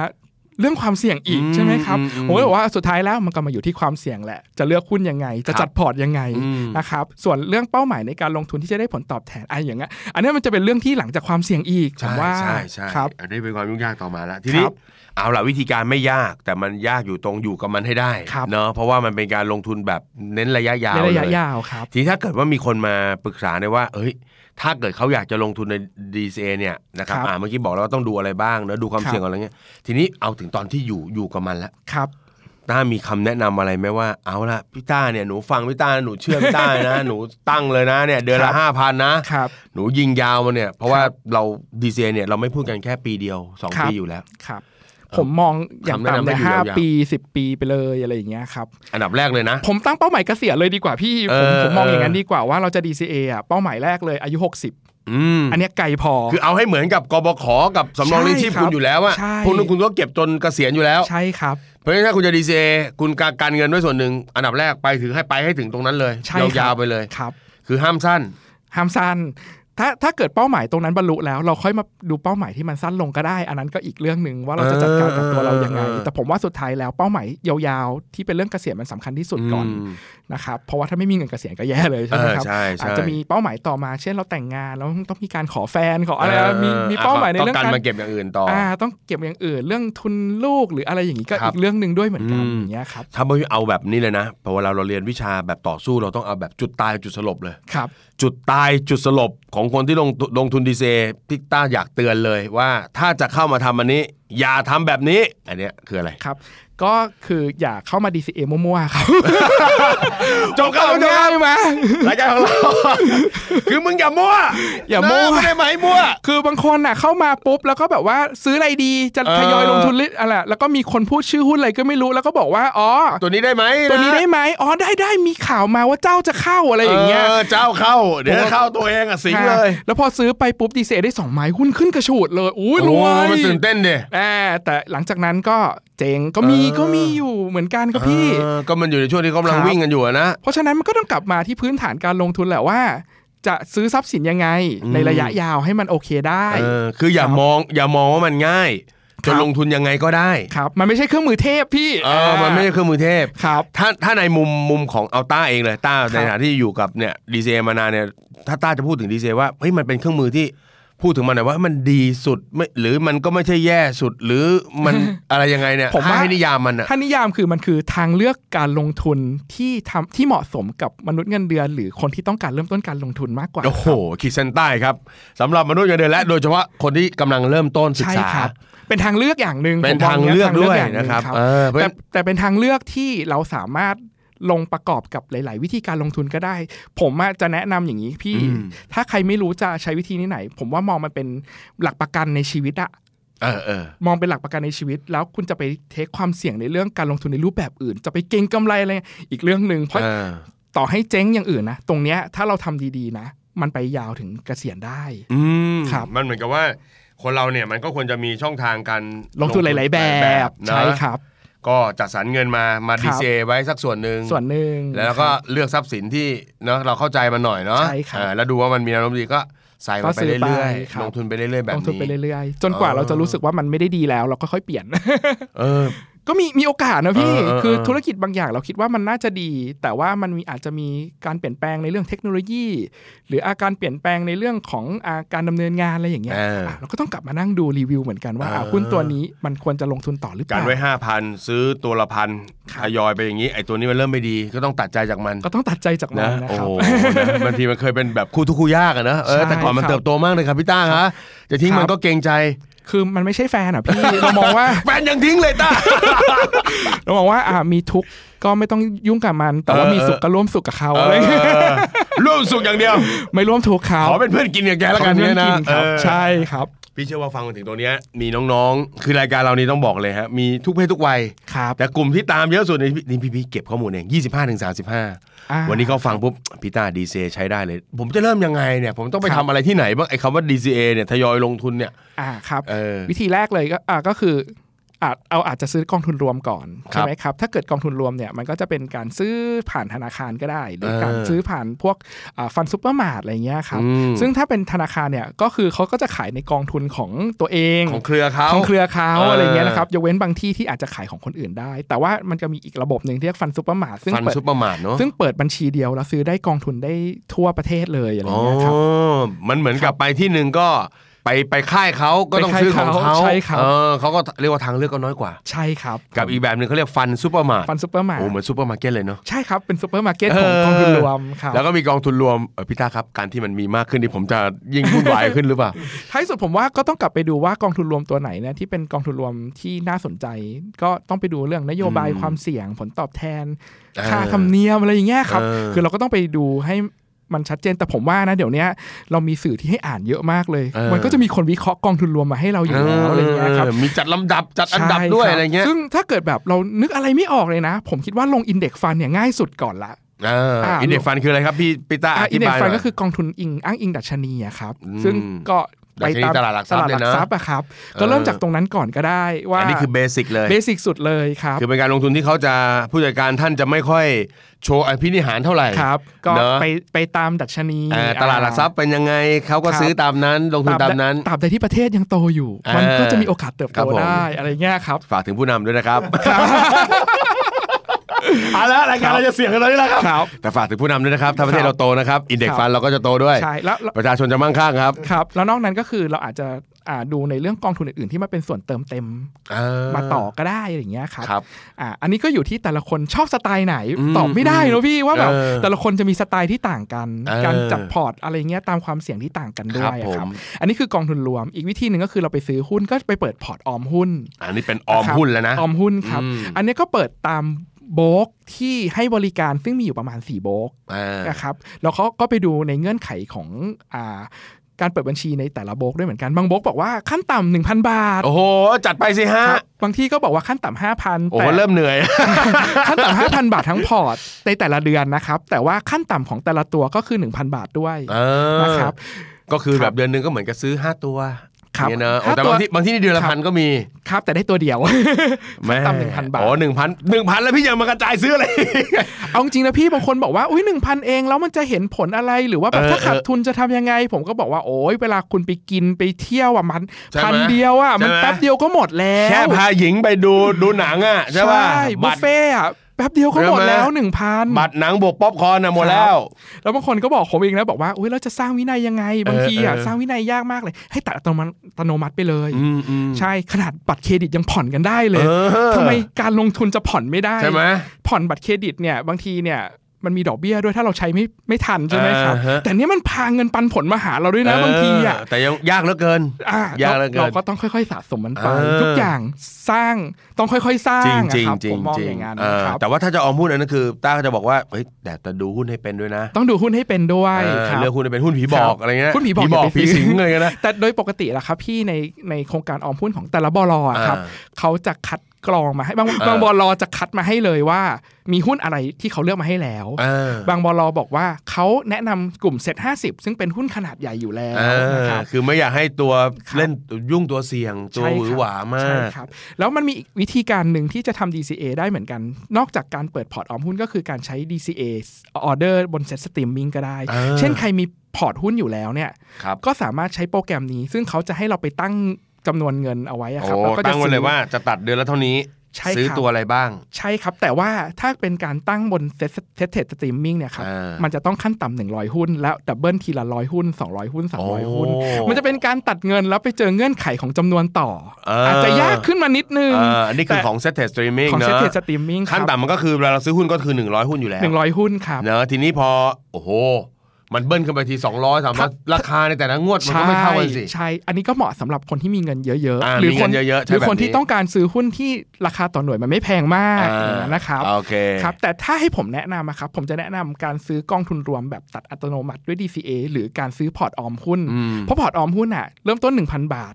เรื่องความเสี่ยงอีก
อืม
ใช่ไหมครับ
อืมอืม
ผมก็เลยบอกว่าสุดท้ายแล้วมันก็มาอยู่ที่ความเสี่ยงแหละ จะเลือกหุ้นยังไง จะ
ครับ
จัดพอร์ตยังไง
อืม
นะครับส่วนเรื่องเป้าหมายในการลงทุนที่จะได้ผลตอบแทนอะไรอย่างเงี้ยอันเนี้ยมันจะเป็นเรื่องที่หลังจากความเสี่ยงอีกผม
ใช่
ว่า
ใช่ใช่
ครับ
อันนี้เป็นความยุ่งยากต่อมาแล้วที
ค
นี้
รับ
เอาล่ะวิธีการไม่ยากแต่มันยากอยู่ตรงอยู่กับมันให้ได้
ครับ
เนอะเพราะว่ามันเป็นการลงทุนแบบเน้นระยะยาว
ในระยะ
เลย
ยาวครับ
ทีนี้ถ้าเกิดว่ามีคนมาปรึกษาเนี่ยว่า เอ้ย ถ้าเกิดเขาอยากจะลงทุนใน DCA เนี่ยนะครับ
ครับ
อ่า เมื่อกี้บอกแล้วว่าต้องดูอะไรบ้างนะ ดูความ
ครับ
เสี่ยงอะไรเงี้ย ทีนี้เอาถึงตอนที่อยู่ อยู่กับมันแล้ว
ครับ
ต้ามีคำแนะนำอะไรไหมว่า เอาละพี่ต้าเนี่ย หนูฟังพี่ต้าหนูเชื่อพี่ต้านะ [LAUGHS] หนูตั้งเลยนะ เนี่ย เดือน
ครั
ละ
บ
ห้าพันนะ
ครับ
หนูยิงยาวมาเนี่ย เพราะว่าเรา DCA เนี่ย เราไม่พูดกันแค่ปีเดียวสอง
ครับ
ปีอยู่แล้ว
ครับ ผมมองอย่าง
คำแนะนำ
ต่ำ
ได้
เนี่ย
อยู่
ห้าย
าวๆ
ปีสิบปีไปเลยอะไรอย่างเงี้ยครับ
อันดับแรกเลยนะ
ผมตั้งเป้าหมายเกษียณเลยดีกว่าพี่ผม
เออ
ผมมองอย่างนั้น
เออ
ดีกว่าว่าเราจะ DCA อ่ะเป้าหมายแรกเลยอายุ 60
อืม
อันเนี้ยไกลพอ
คือเอาให้เหมือนกับกบขกับสำรองเลี้ยงชีพ
ใช่ครับ
คุณอยู่แล้วอะ
ใช่
พวกนั้นคุณก็เก็บจนเกษียณอยู่แล้ว
ใช่ครับ
เพราะฉะนั้นถ้าคุณจะดีเจคุณการการเงินด้วยส่วนหนึ่งอันดับแรกไปถึงให้ไปให้ถึงตรงนั้นเลย
ใช่ครับ
ยาวๆไปเลย
ครับ
คือห้ามสั้น
ห้ามสั้น ถ้าถ้าเกิดเป้าหมายตรงนั้นบรรลุแล้ว เราค่อยมาดูเป้าหมายที่มันสั้นลงก็ได้ อันนั้นก็อีกเรื่องหนึ่งว่าเราจะจัดการกับตัวเรายังไง
เออ
แต่ผมว่าสุดท้ายแล้วเป้าหมายยาวๆ ที่เป็นเรื่องเกษียณมันสำคัญที่สุดก่อน
ม
นะครับ เพราะว่าถ้าไม่มีเงินเกษียณก็แย่เลยใช่
เอ
ไหม
อ
ครับ
ใช่
อา
ใช่
จจะมีเป้าหมายต่อมา เช่นเราแต่งงานแล้วต้องมีการขอแฟนขอ
เ
อะไรมีมีเป้าหมายในเรื่อง
ต้
การ
มาเก็บอย่างอื่นต่ออ
อ่าต้องเก็บอย่างอื่น เรื่องทุนลูกหรืออะไรอย่างนี้ก็
ครั
อี
บ
กเรื่องหนึ่งด้วยเหมือนกัน
อืม
อย่างเงี้ยครับ
ถ้าไม่เอาแบบนี้เลยนะพอเวลาเราเรียนวิชาแบบต่อสู้เราต้องเอาแบบจุดตายจุดสลบเลย
ครับ
จุดตายจุดสลบของคนที่ลงทุนลงทุนดีเซพี่ต้าอยากเตือนเลยว่าถ้าจะเข้ามาทำอันนี้ อย่าทำแบบนี้ อันเนี้ยคืออะไร
ครับ ก็คืออย่าเข้ามา DCA มั่วๆครับ
จบครับจบค
ง่า
รับ
ยไหม
รายการของเรา
[LAUGHS]
คือมึงอย่ามั่ว
อย่ามั่ว
นะไม่ได้ไหมมั่ว
คือบางคนน่ะเข้ามาปุ๊บแล้วก็แบบว่าซื้ออะไรดีจะ
เออ
ทยอยลงทุนลิอะไรแล้วก็มีคนพูดชื่อหุ้นอะไรก็ไม่รู้แล้วก็บอกว่าอ๋อ
ตัวนี้ได้ไหมะ
ตัวนี้ได้ไหมอ๋อได้ได้มีข่าวมาว่าเจ้าจะเข้าอะไรอย่างเงี้ย
เจ้าเข้า เดี๋ยว
ผมว่า
เข้าตัวเองอ่ะสิงเลย
ค่ะแล้วพอซื้อไปปุ๊บดีเซได้สองไม้หุ้นขึ้นกระฉูดเลยอุ้ยร
โอ้
วย
มันตื่นเต้นดิ
อ่าแต่หลังจากนั้นก็เจ๋งก็มี
เออ
ก็มีอยู่เหมือนกันครับพี่
เออก็มันอยู่ในช่วงที่เขากำลัง
ครับ
วิ่งกันอยู่อะนะ
เพราะฉะนั้นมันก็ต้องกลับมาที่พื้นฐานการลงทุนแหละว่า จะซื้อทรัพย์สินยังไง
อืม
ในระยะยาวให้มันโอเคได้
เออคืออย่า
ครับ
มองอย่ามองว่ามันง่าย
ค
จะ
รับ
ลงทุนยังไงก็ได้
ครับ มันไม่ใช่เครื่องมือเทพพี่
เออมันไม่ใช่เครื่องมือเทพ
ครับ
ถ้าถ้าในมุมมุมของเอาต้าเองเลยต้าในฐานะที่อยู่กับเนี่ยดีเจมานานเนี่ยถ้าต้าจะพูดถึงดีเจว่าเฮ้ยมันเป็นเครื่องมือที่พูดถึงมันหน่อยว่ามันดีสุดไม่หรือมันก็ไม่ใช่แย่สุดหรือมัน
[LAUGHS]
อะไรยังไงเนี่ย
ผมว่า
ให้นิยามมันอะ
ถ้านิยามคือมันคือทางเลือกการลงทุนที่ทำที่เหมาะสมกับมนุษย์เงินเดือน หรือคนที่ต้องการเริ่มต้นการลงทุนมากกว่า
โอ้โหขีดเส้นใต้ครับสำหรับมนุษย์เงินเดือนและโดยเฉพาะคนที่กำลังเริ่มต้นศึก
ใช่
ษา
ครับ เป็นทางเลือกอย่างหนึ่ง
เป็น
ผมม
ทาง
งี้
เลือกด้วย
ทางเลืออางห
นะครับ
ง
เออเพราะฉะ
แต่
นั้น
แต่เป็นทางเลือกที่เราสามารถลงประกอบกับหลาย ๆ วิธีการลงทุนก็ได้ ผมอะจะแนะนำอย่างนี้พี่ ถ้าใครไม่รู้จะใช้วิธีนี้ไหน ผมว่ามองมันเป็นหลักประกันในชีวิตอะ
เออเออ
มองเป็นหลักประกันในชีวิต แล้วคุณจะไปเทคความเสี่ยงในเรื่องการลงทุนในรูปแบบอื่น จะไปเก็งกำไรอะไรอีกเรื่องหนึ่งเพราะ
เออ
ต่อให้เจ๊งอย่างอื่นนะ ตรงเนี้ยถ้าเราทำดีๆนะ มันไปยาวถึงเกษียณได้
อืม
ครับ
มันเหมือนกับว่า คนเราเนี่ยมันก็ควรจะมีช่องทางการ
ลงทุนหลาย ๆ แบบ
นะ
ใช่ครับ
ก็จัดสรรเงินมา มา
ค
ดี
รับ
เจไว้สักส่วนหนึ่ง
ส่วนหนึ่ง
แล้วก็เลือกทรัพย์สินที่เนาะเราเข้าใจมันหน่อยเนาะ
ใช่ครับ
เออแล้วดูว่ามันมีอารมณ์ดีก็ใส่มั
ก็
นไป
ซื้อไป
เรื่อย
ครับ
ๆ ลงทุนไปเรื่อยๆ แบ
ล
บ
งทุนไป
นี้
เรื่อยๆ จนกว่า
เออ
เราจะรู้สึกว่ามันไม่ได้ดีแล้ว เราก็ค่อยเปลี่ยน [LAUGHS]
เออ
ก็มีมีโอกาสนะพี่
เออเออเออ
คือธุรกิจบางอย่างเราคิดว่ามันน่าจะดี แต่ว่ามันมีอาจจะมีการเปลี่ยนแปลงในเรื่องเทคโนโลยี หรืออาการเปลี่ยนแปลงในเรื่องของอาการดำเนินงานอะไรอย่างเงี้ย
เออ
เราก็ต้องกลับมานั่งดูรีวิวเหมือนกันว่าอ่ะ
เออ
หุ้นตัวนี้มันควรจะลงทุนต่อหรือเป
การ
ล่า
ไว้ห้าพันซื้อตัวละพัน
ค
ท
รับ
ยอยไปอย่างนี้ ไอ้ตัวนี้มันเริ่มไม่ดีก็ต้องตัดใจจากมัน
ก็ต้องตัดใจจากมัน
นะ
นะ
โอ้
ครั
โห
บ
นะบางทีมันเคยเป็นแบบคู่ทุกข์คู่ยากอะนะเออ
ใช่
แต่ก่อนมัน
ครับ
เติบโตมากเลยครับพี่ต้าฮะจะทิ้ง
ครับ
มันก็เกรงใจ
คือมันไม่ใช่แฟนอ่ะพี่เรามอง
[LAUGHS]
ว่า
แฟนยังทิ้งเลยต้า
เราบอกว่าอ่ามีทุกข์ก็ไม่ต้องยุ่งกับมัน แต่ว่า
เออ
มีสุขก็ร่วมสุขกับเขา
เอ
อะไรเงี้ย
อร่วมสุขอย่างเดียว
ไม่ร่วมทุกข์เขา
ขอเป็นเพื่อนกินอย่างแกแล้วกันเนี่ยนะ
ขาไม่ร่วมกิครับ
เออ
ใช่ครับ
พี่เชื่อว่าฟังมาถึงตรงเนี้ยมีน้องๆ คือรายการเรานี้ต้องบอกเลยฮะ มีทุกเพศทุกวัย
ครับ
แต่กลุ่มที่ตามเยอะสุดในนี่พี่พี่เก็บข้อมูลเอง25ถึง35
อ่า
วันนี้เขาฟังปุ๊บพี่ต้าดีเซใช้ได้เลย ผมจะเริ่มยังไงเนี่ย ผมต้องไป
ค
ทำ
รับ
อะไรที่ไหนบ้างไอ้คำว่า DCA เนี่ยทยอยลงทุนเนี่ย
อ่าครับ
เออ
วิธีแรกเลยก็อ่าก็คืออาจเอาอาจจะซื้อกองทุนรวมก่อน
ครั
ใช่
บ
ไหมครับ ถ้าเกิดกองทุนรวมเนี่ยมันก็จะเป็นการซื้อผ่านธนาคารก็ได้ หรือการ
เออ
ซื้อผ่านพวกฟันซุปเปอร์มาร์ทอะไรเงี้ยครับ
อืม
ซึ่งถ้าเป็นธนาคารเนี่ยก็คือเขาก็จะขายในกองทุนของตัวเอง
ของเครือเขา
ของเครือเขา
เอออ
อะไรเงี้ยนะครับยกเว้นบางที่ที่อาจจะขายของคนอื่นได้ แต่ว่ามันจะมีอีกระบบหนึ่งที่เรียกฟันซูเปอร์มาร์ทซึ่ง
ฟัน
เปิด
ซุปเปอร์มาร์ทเนาะ
ซึ่งเปิดบัญชีเดียวแล้วซื้อได้กองทุนได้ทั่วประเทศเลยอะไร
อ๋อ
เงี้ยครับ
มันเหมือนกับไปที่หนึ่งก็ไปไปค่ายเขาก็ต้องซื้อของเขา
ใช่ครับ
เออเขาก็เรียกว่าทางเลือกก็น้อยกว่า
ใช่ครับ
กับอีกแบบหนึ่งเขาเรียกฟันซุปเปอร์มาร์ท
ฟันซูเปอร์มาร์ท
โอ้เหมือนซุปเปอร์มาร์เก็ตเลยเนาะ
ใช่ครับเป็นซูเปอร์มาร์เก็ตของ
เออ
กองทุนรวมครับ
แล้วก็มีกองทุนรวมเอ่อพี่ตาครับการที่มันมีมากขึ้นนี่ผมจะยิ่งวุ่นวาย ขึ้นหรือเปล่า
ท้ายสุดผมว่าก็ต้องกลับไปดูว่ากองทุนรวมตัวไหนเนะที่เป็นกองทุนรวมที่น่าสนใจ ก็ต้องไปดูเรื่องนโยบาย
อืม
ความเสี่ยงผลตอบแทน
เออ
ค่าธรรมเนียมอะไรอย่างเงี้ยครับ
เออ
คือเราก็ต้องไปดูให้มันชัดเจนแต่ผมว่านะเดี๋ยวเนี้ยเรามีสื่อที่ให้อ่านเยอะมากเลย
เออ
มันก็จะมีคนวิเคราะห์กองทุนรวมมาให้เราอยู่แล้วอะไรอย่างเงี้ยครับ
เออมีจัดลำดับจัดอันดับด้วย
ใช่ค
อะไรเงี้ย
ซึ่งถ้าเกิดแบบเรานึกอะไรไม่ออกเลยนะ ผมคิดว่าลงอินเด็กซ์ฟันเนี่ยง่ายสุดก่อนละ
อ่า
อ่า
อินเด็กฟันคืออะไรครับพี่ปิต้าอ
อิ
ธิ
นเด็ก
บายห
ฟั
น่
น
อย
ก็คือกองทุนอิงอ้างอิงดัชนีอะครับ
อืม
ซึ่งก็ไปตาม
ดัชนีตลาดหลักทรัพย์เนี่ยนะ
ตลาดหลักทรัพย์อะครับ ก็เริ่ม
เออ
จากตรงนั้นก่อนก็ได้ว่า
อันนี้คือเบสิกเลย
เบสิกสุดเลยครับ
คือเป็นการลงทุนที่เขาจะผู้จัดการท่านจะไม่ค่อยโชว์อภินิหารเท่าไหร่
ครับ ก็
เนอะ
ไปไปตามดัชนี
อ่าตลาดหลักทรัพย์เป็นยังไงเขาก็ซื้อตามนั้น ลงทุน
อ่า
ตามนั้น
ตราบใดที่ประเทศยังโตอยู่
อ่ามั
มันก็จะมีโอกาสเติบ
ครั
โต
บผม
ได้อะไรเงี้ย
[LAUGHS]
ครับ
ฝากถึงผู้นำด้วยนะครับเอาละรายการเราจะเสี่ยงกันแล้วนี่แหละครับ
ครับ
แต่ฝากถึงผู้นำด้วยนะครับ ถ้าประเทศ
ครับ
เราโตนะครับ อินเด็ก
ครับ
ฟันเราก็จะโตด้วย
ใช่แล้วแล้ว
ประชาชนจะมั่งคั่งครับ
ครับแล้วนอกนั้นก็คือเราอาจจะอ่าดูในเรื่องกองทุนอื่นๆที่มันเป็นส่วนเติมเต็ม
อ่
มาต่อก็ได้อะไรอย่างเงี้ยครับ
ครับ
อ่าอันนี้ก็อยู่ที่แต่ละคนชอบสไตล์ไหน
อืม
ตอบไม่ได้เนอะพี่ว่าแบบ
เออ
แต่ละคนจะมีสไตล์ที่ต่างกัน
เออ
การจัดพอร์ตอะไรเงี้ยตามความเสี่ยงที่ต่างกันด้
ควรับ
ย
ผ
อะครั
ม
บ อันนี้คือกองทุนรวม อีกวิธีหนึ่งก็คือเราไปซื้อหุ้นก็ไปเปิดพอร์ตออมหุ้น
อันนี้เป็นออมหุ้นแล้วนะ
ออมหุ้นครับ
อืม
อันนี้ก็เปิดตามโบรกที่ให้บริการซึ่งมีอยู่ประมาณ 4 โบรก
อ่า
นะครับแล้วเขาก็ไปดูในเงื่อนไขของอาการเปิดบัญชีในแต่ละโบรกด้วยเหมือนกัน บางโบรกบอกว่าขั้นต่ำ1,000 บาท
โอ้โห จัดไปสิฮะ
ครับบางที่ก็บอกว่าขั้นต่ำ5,000
โอ้
แต่
โหเริ่มเหนื่อย
ขั้นต่ำ5,000 บาททั้งพอร์ตในแต่ละเดือนนะครับ แต่ว่าขั้นต่ำของแต่ละตัวก็คือ 1,000 บาทด้วย
อ่าน
นะครับ
ก็คือ
ครับ
แบบเดือนหนึ่งก็เหมือนกับซื้อ 5 ตัว
ครับ
เนี่ยนะโอ้
ห้า
แต่
ตัว
บางที่บางที่นี่เดือนละ
ครับ
พันก็มี
ครับแต่ได้ตัวเดียว [LAUGHS] ขั้นต่ำ1,000บาท
โอ้หนึ่งพันหนึ่งพันแล้วพี่ยังมากระจายซื้ออะไร
เอาจริงนะพี่บางคนบอกว่าอุ้ยหนึ่งพันเองแล้วมันจะเห็นผลอะไรหรือว่าแบบ
เออ
ถ้าขาดทุนจะทำยังไง ผมก็บอกว่าโอ้ยเวลาคุณไปกินไปเที่ยวอ่ะมัน
ใช่ไหม
พันเดียวอ่ะมัน
ใช่ไหม
แป๊บเดียวก็หมดแล้ว
แค่พาหญิงไปดูดูหนังอ่ะใช่ป่ะ
บุ
บั
ฟ
ตร
เฟ่ต์อ่ะแป๊บเดียวก็หมด
ใช่ไหม
แล้วหนึ่งพัน
บัตรหนังบวกป๊อปคอร์นอะหมดแล้ว
แล้วบางคนก็บอกผมเองนะบอกว่าอุ้ยเราจะสร้างวินัยยังไง บางทีอ่ะ
เออ
สร้างวินัยยากมากเลย ให้ตัดอัตโนมัติอัตโนมัติไปเลย
อืมอืม
ใช่ขนาดบัตรเครดิตยังผ่อนกันได้เลย
เออ
ทำไมการลงทุนจะผ่อนไม่ได้
ใช่ไหม
ผ่อนบัตรเครดิตเนี่ยบางทีเนี่ยมันมีดอกเบี้ยด้วยถ้าเราใช้ไม่ไม่ทันใช่ไหมครับ
อ่าฮะ
แต่เนี้ยมันพาเงินปันผลมาหาเราด้วยนะบางทีอ่ะ
เแต่ยังยากเหลือเกิน
อ่ะ
ยากเหลือเกิน
เราก็ต้องค่อยๆ สะสมมันไป
เออ
ทุกอย่างสร้างต้องค่อยๆ สร้า
จริง
ง
จริง
นะครับ
จริ
ผ
ง
มมอง
จริ
อง ย่างนั้น
เออ
นะครับ
แต่ว่าถ้าจะออมหุ้นอันนั้นคือต้าก็จะบอกว่าเฮ้ยแต่จะดูหุ้นให้เป็นด้วยนะ
ต้องดูหุ้นให้เป็นด้วย
เออ
ครับ
เลือกหุ้นให้เป็นหุ้นผีบอก
ครับ
อะไรเงี้ย
หุ้นผีบอก
ผีบอก
อย่าไป
ผี
ซื้อ
สิงเลยนะ
แต่โดยปกติละครับพี่ในในโครงการออมหุ้นของแต่ละบลอะครับ
อ่า
เขาจะคัดกรองมาให้บาง
เออ
บางบลจะคัดมาให้เลยว่า มีหุ้นอะไรที่เขาเลือกมาให้แล้ว
เออ
บางบลบอกว่าเขาแนะนำกลุ่มเซ็ตห้าสิบซึ่งเป็นหุ้นขนาดใหญ่อยู่แล้วนะครับ
อ่าคือไม่อยากให้ตัว
ครับ
เล่นยุ่งตัวเสี่ยง ตัว
ใช่
ห
ครับ
วือหวามาก
ใช่ครับ แล้วมันมีอีกวิธีการหนึ่งที่จะทำ DCA ได้เหมือนกัน นอกจากการเปิดพอร์ตออมหุ้นก็คือการใช้ DCA order บนเซ็ตสตรีมมิ่งก็ได้
อ่า
เช่นใครมีพอร์ตหุ้นอยู่แล้วเนี่ย
ครับ
ก็สามารถใช้โปรแกรมนี้ ซึ่งเขาจะให้เราไปตั้งจำนวนเงินเอาไว้อะครับ
โอ้
แล้วก็จะ
ตั้งไว้
ซื้อ
เลยว่าจะตัดเดือนละเท่านี้
ใช่ครับ
ซื้อตัวอะไรบ้าง
ใช่ครับ แต่ว่าถ้าเป็นการตั้งบนเซ็ตเซ็ตเทรดสตรีมมิ่งเนี่ยครับ
อ่ามั
มันจะต้องขั้นต่ำหนึ่งร้อยหุ้น แล้วดับเบิลทีละร้อยหุ้น 200 หุ้น 300 หุ้น
โอ้
มันจะเป็นการตัดเงินแล้วไปเจอเงื่อนไขของจำนวนต่อ
เอออ
อาจจะยากขึ้นมานิดนึง
อ่าอันนี้คือ
แต่
ของเซ็ตเทสตรีมมิ่ง
ของ
เน
เซ็ต
อะ
เทรดสตรีมมิ่ง
ขั้นต่ำมันก็คือเวลาเราซื้อหุ้นก็คือ 100 หุ้นอยู่แล้ว
หนึ่งร้อยหุ้นครับ
เนอะทีนี้พอ โอ้โห มันเบิ้ลขึ้นไปที 200สาม
ค
ร้
รั
อบ ราคาในแต่ละงวดมันก็ไม่เท่ากันสิ
ใช่ อันนี้ก็เหมาะสำหรับคนที่มีเงินเยอะ
อ่า
ๆหรื
มี
ค
เงินเยอะๆใช้
หรือ
แบบ
คน
นี้
ที่ต้องการซื้อหุ้นที่ราคาต่อหน่วยมันไม่แพงมาก
อ่า
อย่างนั้นนะครับ
โอเค
ครับแต่ถ้าให้ผมแนะนำอะครับ ผมจะแนะนำการซื้อกองทุนรวมแบบตัดอัตโนมัติด้วย DCA หรือการซื้อพอร์ตออมหุ้น
อืม
เพราะพอร์ตออมหุ้นอะเริ่มต้น 1,000 บาท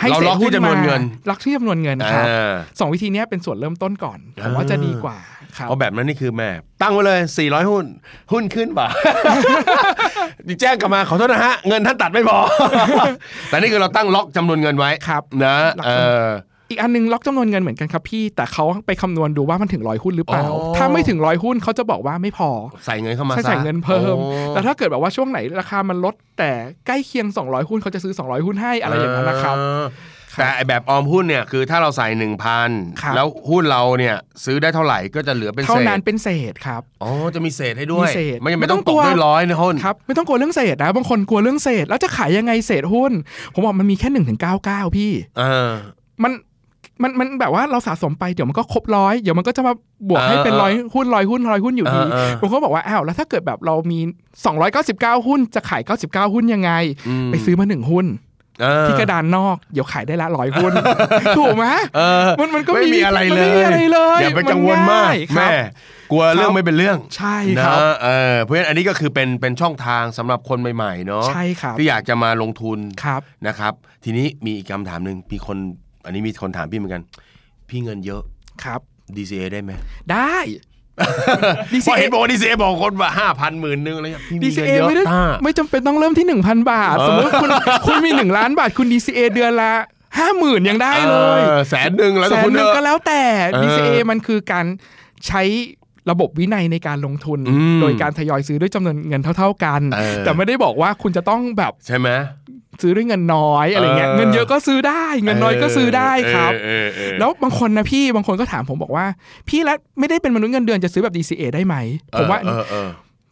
ให้
เราล็อกที่จำนวนเงิน
ล็อกที่จำนวนเงินครับ
อ่า
สองวิธีเนี้ยเป็นส่วนเริ่มต้นก่อนผมว่า
อ่า
จะดีกว่าครับ
เพราะแบบนั้นนี่คือแม่ตั้งไว้เลย 400 หุ้น หุ้นขึ้นบ่า
[LAUGHS]
แจ้งกลับมาขอโทษนะฮะ เงินท่านตัดไม่พอ [LAUGHS] แต่นี่คือเราตั้งล็อกจำนวนเงินไว้
ครับ
นะ
ล็อก
เออ
อีกอันนึงล็อกจำนวนเงินเหมือนกันครับพี่ แต่เขาไปคำนวณดูว่ามันถึงร้อยหุ้นหรือเปล่า
อ๋อ
ถ้าไม่ถึงร้อยหุ้นเขาจะบอกว่าไม่พอ
ใส่เงินเข้ามา
ใช้จ่าย
ซะ
เงินเพิ่ม
โอ้
แต่ถ้าเกิดแบบว่าช่วงไหนราคามันลด แต่ใกล้เคียง 200 หุ้นเขาจะซื้อ 200 หุ้นให้อะไรอย่างนั้นนะครับ
เออแต่ไอ้แบบออมหุ้นเนี่ยคือถ้าเราใส่หนึ่งพัน
ครับ
แล้วหุ้นเราเนี่ยซื้อได้เท่าไหร่ก็จะเหลือเป็น
เท่า
เศษ
นั้นเป็นเศษครับ
อ๋อจะมีเศษให้ด้วย
มีเศษ
ไม่จำ
ไม่
เป็นต้
ต้
อ
อง ง
ตก
กลัว
ด้วยร้อยนะหุ้น
ครับไม่ต้องกลัวเรื่องเศษนะบางคนกลัวเรื่องเศษแล้วจะขายยังไงเศษหุ้น ผมบอกมันมีแค่หนึ่งถึงเก้าเก้าพี่
เออ
มันมันมันแบบว่าเราสะสมไปเดี๋ยวมันก็ครบร้อยเดี๋ยวมันก็จะมาบวกให้
เออ
เป็น
เออ
ร้อยหุ้นร้อยหุ้นร้อยหุ้นอยู่ดี
เออเออ
บางคนบอกว่าอ้าวแล้วถ้าเกิดแบบเรามี 299 หุ้นจะขาย 99 หุ้นยังไง ไปซื้อมาหนึ่งหุ้น
เออ
ที่กระดานนอกเดี๋ยวขายได้ละร้อย
[LAUGHS]
หุ้น ถูกไหม
เออ
มันมันก็
ไม่มีอะไรเล
น
ย
ไม่มีอะไรเลย
อย่าไปกังวลมาก
นง่ยค
แม่
รับ
กลัวเรื่อง
ครับ
ไม่เป็นเรื่อง
ใช่
นะครับ เออเพราะฉะนั้นอันนี้ก็คือเป็นเป็นช่องทางสำหรับคนใหม่ๆเนาะ
ใช่ครับ
ที่อยากจะมาลงทุน
ครับ
นะครับ ทีนี้มีอีกคำถามหนึ่งมีคน อันนี้มีคนถามพี่เหมือนกัน พี่เงินเยอะ
ครับ
[LAUGHS] DCA ได้ไหม
ได้
พอ
DCA
เห็นบอกว่า DCA บอกคนว่าห้าพันหมื่นนึงอะไรเงี้ยพี่มีเงิน
DCA
เยอะ
ไม่ได้
อ่า
ไม่จำเป็นต้องเริ่มที่ 1,000 บาท สมมติคุณคุณมี 1 ล้านบาทคุณ DCA เดือนละ50,000 ยังได้เลย
ออแสนหนึ่งแล้ว
แส
แต่
น
คุณ
ห
เน
นึ่ง
อะ
ก็แล้วแต่
เออ
DCA มันคือการใช้ระบบวินัยในการลงทุน
อืม
โดยการทยอยซื้อด้วยจำนวนเงินเท่า ๆกัน
เออ
แต่ไม่ได้บอกว่าคุณจะต้องแบบ
ใช่ไหม
ซื้อด้วยเงินน้อยอะไรเงี้ย
เออ
เงินเยอะก็ซื้อได้ เงินน้อยก็ซื้อได้ครับ
เออเออเออ
แล้วบางคนนะพี่บางคนก็ถามผมบอกว่า พี่แล้วไม่ได้เป็นมนุษย์เงินเดือนจะซื้อแบบ DCA ได้ไหมผมว่า
เออเออ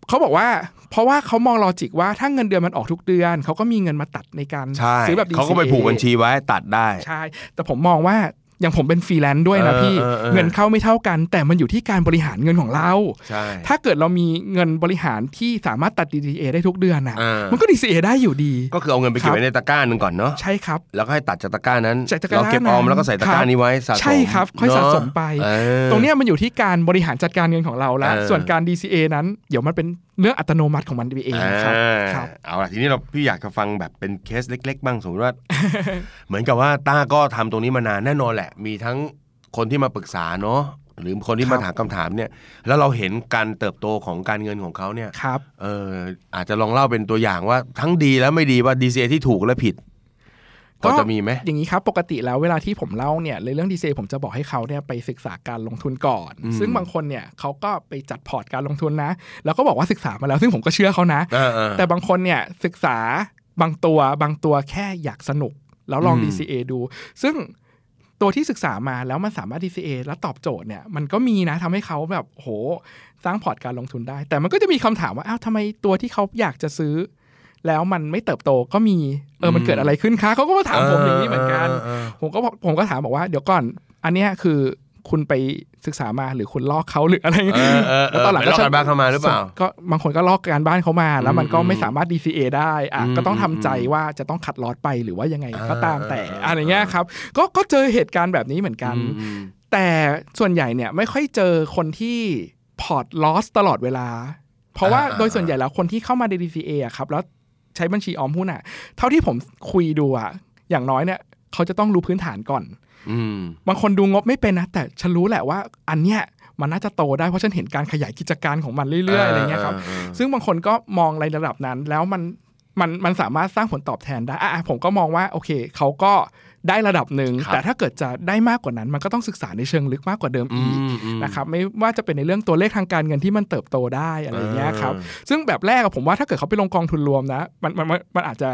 เขาบอกว่าเพราะว่าเขามองลอจิกว่าถ้าเงินเดือนมันออกทุกเดือน เขาก็มีเงินมาตัดในการ
ใช่
ซื้อแบบ DCA
เขาก็ไปผูกบัญชีไว้ตัดได้
ใช่ แต่ผมมองว่าอย่างผมเป็นฟรีแลนซ์ด้วยนะ
เออ
พี่
เออเออ
เงินเข้าไม่เท่ากัน แต่มันอยู่ที่การบริหารเงินของเรา
ใช่
ถ้าเกิดเรามีเงินบริหารที่สามารถตัด DCA ได้ทุกเดือนนะ
อ่า
มันก็ DCA ได้อยู่ดี
ก็คือเอาเงินไปเก็บ
ครับ
ไว้ในตะกร้าหนึ่งก่อนเนาะ
ใช่ครับ
แล้วก็ให้ตัดจากตะกร้านั้น
ใช่ตะกร้า
เราเก็บออม
นั้น
แล้วก็ใส่ตะกร้า
ครับ
นี้ไว้สะสม
ใช่ครับค่อยสะสมไป
เนอะเออ
ตรงเนี้ยมันอยู่ที่การบริหารจัดการเงินของเราละ
เออ
ส่วนการ DCA นั้นเดี๋ยวมันเป็นเรื่องอัตโนมัติของมันเองนะครับ
อ่า
ครับ
เอาล่ะทีนี้เราพี่อยากจะฟังแบบเป็นเคสเล็ก ๆ บ้างสมมติ
[LAUGHS]
ว่า เหมือนกับว่าต้าก็ทำตรงนี้มานานแน่นอนแหละ มีทั้งคนที่มาปรึกษาเนาะหรือคนที่มา
ครับ
ถามคำถามเนี่ย แล้วเราเห็นการเติบโตของการเงินของเขาเนี่ย
ครับ
เอออาจจะลองเล่าเป็นตัวอย่างว่าทั้งดีแล้วไม่ดีว่า DCA ที่ถูกและผิดพอจะมีไหม
อย่างนี้ครับ ปกติแล้วเวลาที่ผมเล่าเนี่ยในเรื่องดีเซลผมจะบอกให้เขาเนี่ยไปศึกษาการลงทุนก่อน
อืม
ซึ่งบางคนเนี่ยเขาก็ไปจัดพอร์ตการลงทุนนะ แล้วก็บอกว่าศึกษามาแล้วซึ่งผมก็เชื่อเขานะ
เออเออ
แต่บางคนเนี่ยศึกษาบางตัวบางตัวแค่อยากสนุก แล้วลอง
อืม
DCA ดู ซึ่งตัวที่ศึกษามาแล้วมันสามารถ DCA แล้วตอบโจทย์เนี่ยมันก็มีนะทำให้เขาแบบโหสร้างพอร์ตการลงทุนได้ แต่มันก็จะมีคำถามว่าอ้าวทำไมตัวที่เขาอยากจะซื้อ แล้วมันไม่เติบโตก็มีเออมันเกิดอะไรขึ้นคะเขาก็มาถามผมอย่างนี้เหมือนกัน
เออ
ผมก็บอกผมก็ถามบอกว่าเดี๋ยวก่อน อันเนี้ยคือคุณไปศึกษามาหรือคุณลอกเขาหรืออะไรเงี้ย
เออเออเออ
[LAUGHS] แล้วตอนหลัง
ไปลอกการบ้านเขามาหรือเปล่า
ก็บางคนก็ลอกการบ้านเขามา แล้วมันก็
อืม
ไม่สามารถ DCA ได้อ่ะ
อืม
ก็ต้องทำใจ
อืม
ว่าจะต้องขัดลอดไปหรือว่ายังไง
อ่า
ก็ตามแต่
อ่า
อะไรเงี้ยครับก็ก็เจอเหตุการณ์แบบนี้เหมือนกัน
อืมอืม
แต่ส่วนใหญ่เนี่ยไม่ค่อยเจอคนที่พอร์ตลอสตลอดเวลา เพราะว่า
อ่า
โดยส่วนใหญ่แล้วคนที่เข้ามาใน DCA อะครับแล้วใช้บัญชีออมหุ้นอ่ะ เท่าที่ผมคุยดูอ่ะอย่างน้อยเนี่ยเขาจะต้องรู้พื้นฐานก่อน
อืม
บางคนดูงบไม่เป็นนะ แต่ฉันรู้แหละว่าอันเนี้ยมันน่าจะโตได้เพราะฉันเห็นการขยายกิจการของมันเรื่อย ๆ อะไรเงี้ยครับ
ออเออ
ซึ่งบางคนก็มองในระดับนั้นแล้วมันมันมันสามารถสร้างผลตอบแทนได้อ่ะอ่ะผมก็มองว่าโอเคเขาก็ได้ระดับหนึ่ง
ครับ
แต่ถ้าเกิดจะได้มากกว่านั้น มันก็ต้องศึกษาในเชิงลึกมากกว่าเดิม
อื
อีก
มอืม
นะครับไม่ว่าจะเป็นในเรื่องตัวเลขทางการเงินที่มันเติบโตได้อะไรเงี้ยครับ
เออ
ซึ่งแบบแรกอะผมว่าถ้าเกิดเขาไปลงกองทุนรวมนะมันมันมันมันอาจจะ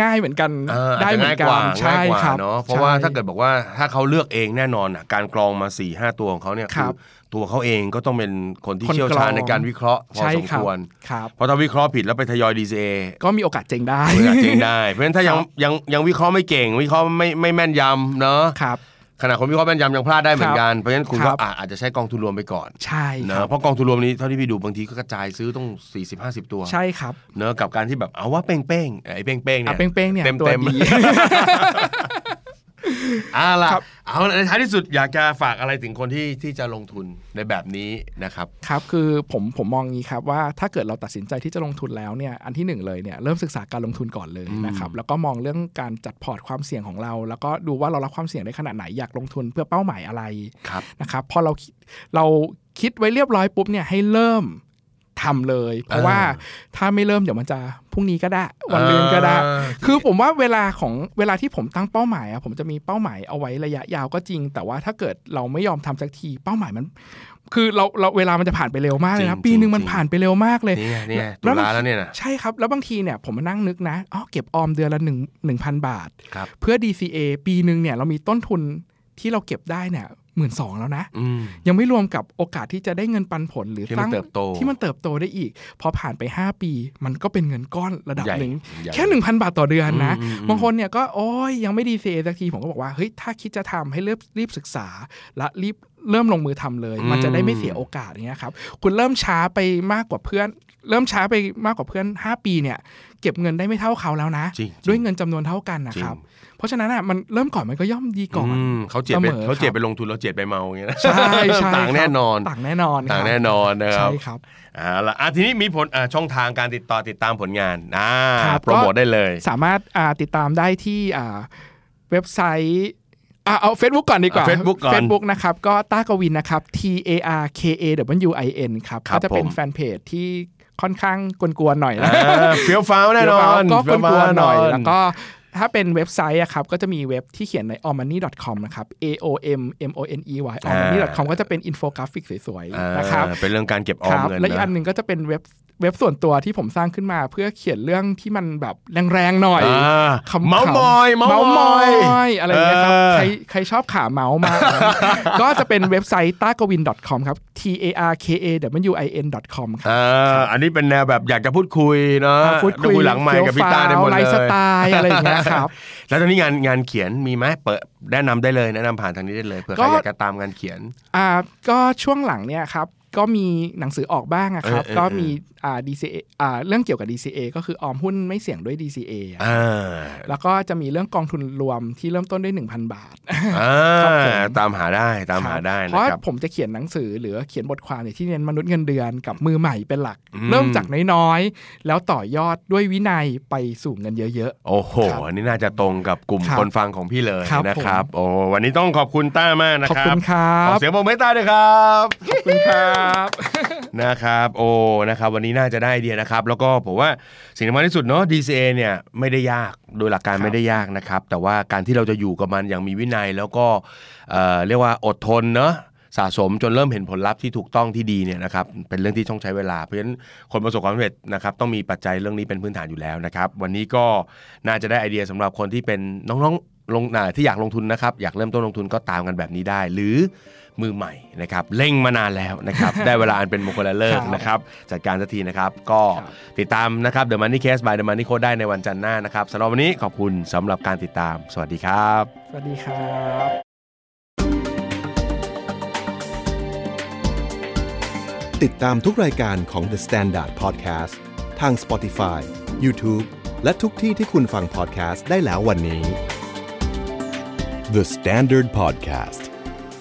ง่ายเหมือนกัน
อ่า
ได้
อาจจะ
เหมือ
ง่าย
น
ก
กัน
ว่าง่ายก
ใช่
ว่า
ครับ
เนาะเพราะว่า
ใช่
ถ้าเกิดบอกว่าถ้าเขาเลือกเองแน่นอนอ่ะการกรองมา4ี่ห้าตัวของเขาเนี่ย
ครั
คือบ ตัวเขาเองก็ต้องเป็นคนที่
คนกรอง
เชี่ยวชาญในการวิเคราะห์พอ
ใช่
สม
ครั
ค
บ
วร
ครับ
เพราะถ้าวิเคราะห์ผิดแล้วไปทยอย DCA
ก็มีโอกาสเจ๊งได้
ก็อาจจะเจ๊งได้ เพราะฉะนั้นถ้ายัง
ครับ
ยังยังวิเคราะห์ไม่เก่ง วิเคราะห์ไม่ไม่แม่นยำเนาะ
ครับ
ขณะคนวิเคราะห์แม่นยำยังพลาดได้เหมือนกันเพราะฉะนั้นคุณ
ค
ก็
รับ
อ่ะอาจจะใช้กองทุนรวมไปก่อน
ใช่
เน
ครั
อะ
บ
เพราะกองทุนรวมนี้เท่าที่พี่ดูบางทีก็กระจายซื้อต้อง 40-50 ตัว
ใช่ครับ
เนอะกับการที่แบบเอาว่าเป้งๆไอ้เป้งๆ
อ่ะ
เนี่ย
เป้งๆเนี่ย
เต็มๆ
ตัวดี
เอาล่ะ
ครับ
เอาล่ะในท้ายที่สุดอยากจะฝากอะไรถึงคนที่ที่จะลงทุนในแบบนี้นะครับ
ครับคือผมผมมองงี้ครับว่าถ้าเกิดเราตัดสินใจที่จะลงทุนแล้วเนี่ยอันที่หนึ่งเลยเนี่ยเริ่มศึกษาการลงทุนก่อนเลยนะครับแล้วก็มองเรื่องการจัดพอร์ตความเสี่ยงของเรา แล้วก็ดูว่าเรารับความเสี่ยงได้ขนาดไหนอยากลงทุนเพื่อเป้าหมายอะไร
ครับ
นะครับพอเราคิดเราคิดไว้เรียบร้อยปุ๊บเนี่ยให้เริ่มทำเลย เพราะ
เออ
ว่าถ้าไม่เริ่มเดี๋ยวมันจะพรุ่งนี้ก็ได้ วันลืนก็ได้ คือผมว่าเวลาของเวลาที่ผมตั้งเป้าหมายอะผมจะมีเป้าหมายเอาไว้ระยะยาวก็จริง แต่ว่าถ้าเกิดเราไม่ยอมทำสักทีเป้าหมายมัน คือเราเราเวลามันจะผ่านไปเร็วมากเลยนะ
จริง
ปีหนึ่
จ
ง
ริง
มันผ่านไปเร็วมากเลย
นี่ไงนี่ไงตุ
แล้วมัน
ลาแล้วเนี่ยนะ
ใช่ครับ แล้วบางทีเนี่ยผมมานั่งนึกนะอ๋อเก็บออมเดือนละหนึ่งหนึ่งพันบาท
ครับ
เพื่อ DCA ปีหนึ่งเนี่ยเรามีต้นทุนที่เราเก็บได้เนี่ยหมื่นสองแล้วนะ
อืม
ยังไม่รวมกับโอกาสที่จะได้เงินปันผลหรือ
ที่มันเติบโต
ที่มันเติบโตได้อีก พอผ่านไป 5 ปี มันก็เป็นเงินก้อนระดับ
ใญ่
หนึ่ง
ใญ่
แค่ 1,000 บาทต่อเดือนนะ
อืมอืมอืม
บางคนเนี่ยก็โอ้ยยังไม่ดีเซสักทีผมก็บอกว่า เฮ้ย ถ้าคิดจะทำให้เริ่มรีบศึกษา และรีบเริ่มลงมือทำเลย มันจะได้ไม่เสียโอกาสอย่างเงี้ยครับ คุณเริ่มช้าไปมากกว่าเพื่อน เริ่มช้าไปมากกว่าเพื่อน 5 ปีเนี่ยเก็บเงินได้ไม่เท่าเขาแล้วนะ
จริงจริง
ด้วยเงินจำนวนเท่ากันนะครับ เพราะฉะนั้นอ่ะมันเริ่มก่อนมันก็ย่อมดีก่อน
มเขาเจ็บไป
เสมอครับ
เขาเจ็บไปลงทุนแล้วเจ็บไปเมาอย่างเงี้ยนะ
ใช่ใช่
ต่างแน่นอน
ต่างแน่นอนครับ
ต่างแน่นอนนะครับ
ใช่ครับ
เอาล่ะอ่ะทีนี้มีผลอ่ะช่องทางการติดต่อติดตามผลงานอ่า
ครับ
โปรโมทได้เลย
สามารถอ่าติดตามได้ที่อ่าเว็บไซต์ อ่ะเอา Facebook ก่อนดีกว่า
อ่ะ Facebook ก่อน
Facebook นะครับ ก็ต้ากวินนะครับ T A R K A W I N ครับ
ครับ
ก็จะเป็
ผ
น
ม
แฟนเพจที่ค่อนข้างกวนๆหน่อยนะ
อ่าเฟี้ยวฟ้าวแน่นอน
ก็กวนๆหน่อย แล้วก็ถ้าเป็นเว็บไซต์อะครับก็จะมีเว็บที่เขียนใน omni.com นะครับ a o m m o n e y
อ่า
omni.com ก็จะเป็นอินโฟกราฟิกสวย
อ่า
ๆนะครับ
เป็นเรื่องการเก็บอ
ค
อม
รับ
เงิน
และอีก
นะ
อันหนึ่งก็จะเป็นเว็บเว็บส่วนตัวที่ผมสร้างขึ้นมา เพื่อเขียนเรื่องที่มันแบบแรงๆหน่อย ขำๆ
เมาส์มอยเมาส์มอย
เมาส์มอยอะไรอย่างเงี้ยครับ
เออ
ใครใครชอบขาเมาส์มาก [LAUGHS] ก็จะเป็นเว็บไซต์ tarkawin.com ครับ t a r k a w i n .com ครับ
อ่าอันนี้เป็นแนวแบบอยากจะพูดคุยเนาะ
พูดคุย
หลังไมค์กับพี่ตาได้หมด
ไล
เลย
ฟ์สไตล์
[LAUGHS]
อะไรอย่างเงี้ยครับ
แล้วตอนนี้งานงานเขียนมีไหมเปิดแนะนำได้เลยแนะนำผ่านทางนี้ได้เลยเผื่อใคร
ก็
อยากจะตามงานเขียน
อ่าก็ช่วงหลังเนี่ยครับ ก็มีหนังสือออกบ้างอะครับ
เออเออ
ก็มีอ่า DCA อ่าเรื่องเกี่ยวกับ DCA ก็คือออมหุ้นไม่เสี่ยงด้วย DCA อะ
อ่า
แล้วก็จะมีเรื่องกองทุนรวมที่เริ่มต้นด้วย 1,000 บาท
อ่า
ครับผม
ตามหาได้ตามหาได้นะ
เพราะ
ครับ
ผมจะเขียนหนังสือหรือเขียนบทความเนี่ยที่เน้นมนุษย์เงินเดือนกับมือใหม่เป็นหลัก
อืม
เริ่มจากน้อยๆ แล้วต่อยอดด้วยวินัยไปสู่เงินเยอะ
โอ้โห
ครับ
อันนี้น่าจะตรงกับกลุ่ม
ครับ
คนฟังของพี่เลย
ครับ
นะครับ
ผม
โอ้วันนี้ต้องขอบคุณต้ามาก
ๆ
นะ
ขอบ
ครับ
คุณครั
ขอบ เสียงปรบมือให้ต้าด้วยครับ
ขอบคุณครับ
[LAUGHS] นะครับโอ้นะครับวันนี้น่าจะได้ไอเดียนะครับ แล้วก็ผมว่าสิ่งสำคัญที่สุดเนาะ DCA เนี่ยไม่ได้ยากโดยหลักการ
ครับ
ไม่ได้ยากนะครับ แต่ว่าการที่เราจะอยู่กับมันอย่างมีวินัย แล้วก็เอ่อเรียกว่าอดทนเนาะสะสมจนเริ่มเห็นผลลัพธ์ที่ถูกต้องที่ดีเนี่ยนะครับเป็นเรื่องที่ต้องใช้เวลาเพราะฉะนั้นคนประสบความสำเร็จนะครับต้องมีปัจจัยเรื่องนี้เป็นพื้นฐานอยู่แล้วนะครับ วันนี้ก็น่าจะได้ไอเดียสำหรับคนที่เป็นน้องๆลงอ่าที่อยากลงทุนนะครับอยากเริ่มต้นลงทุนก็ตามกันแบบนี้ได้ หรือมือใหม่นะครับเร่งมานานแล้วนะครับ ได้เวลาอันเป็นมงคลและเลิก
ครับ
นะครับ นะครับจัดการสักทีนะครับ ก็ติดตามนะครับ The Money Case by The Money Code ได้ในวันจันทร์หน้านะครับสำหรับวันนี้ขอบคุณสำหรับการติดตาม สวัสดีครับ
สวัสดีครับ
ติดตามทุกรายการของ The Standard Podcast ทาง Spotify, YouTube และทุกที่ที่คุณฟัง podcast ได้แล้ววันนี้ The Standard Podcast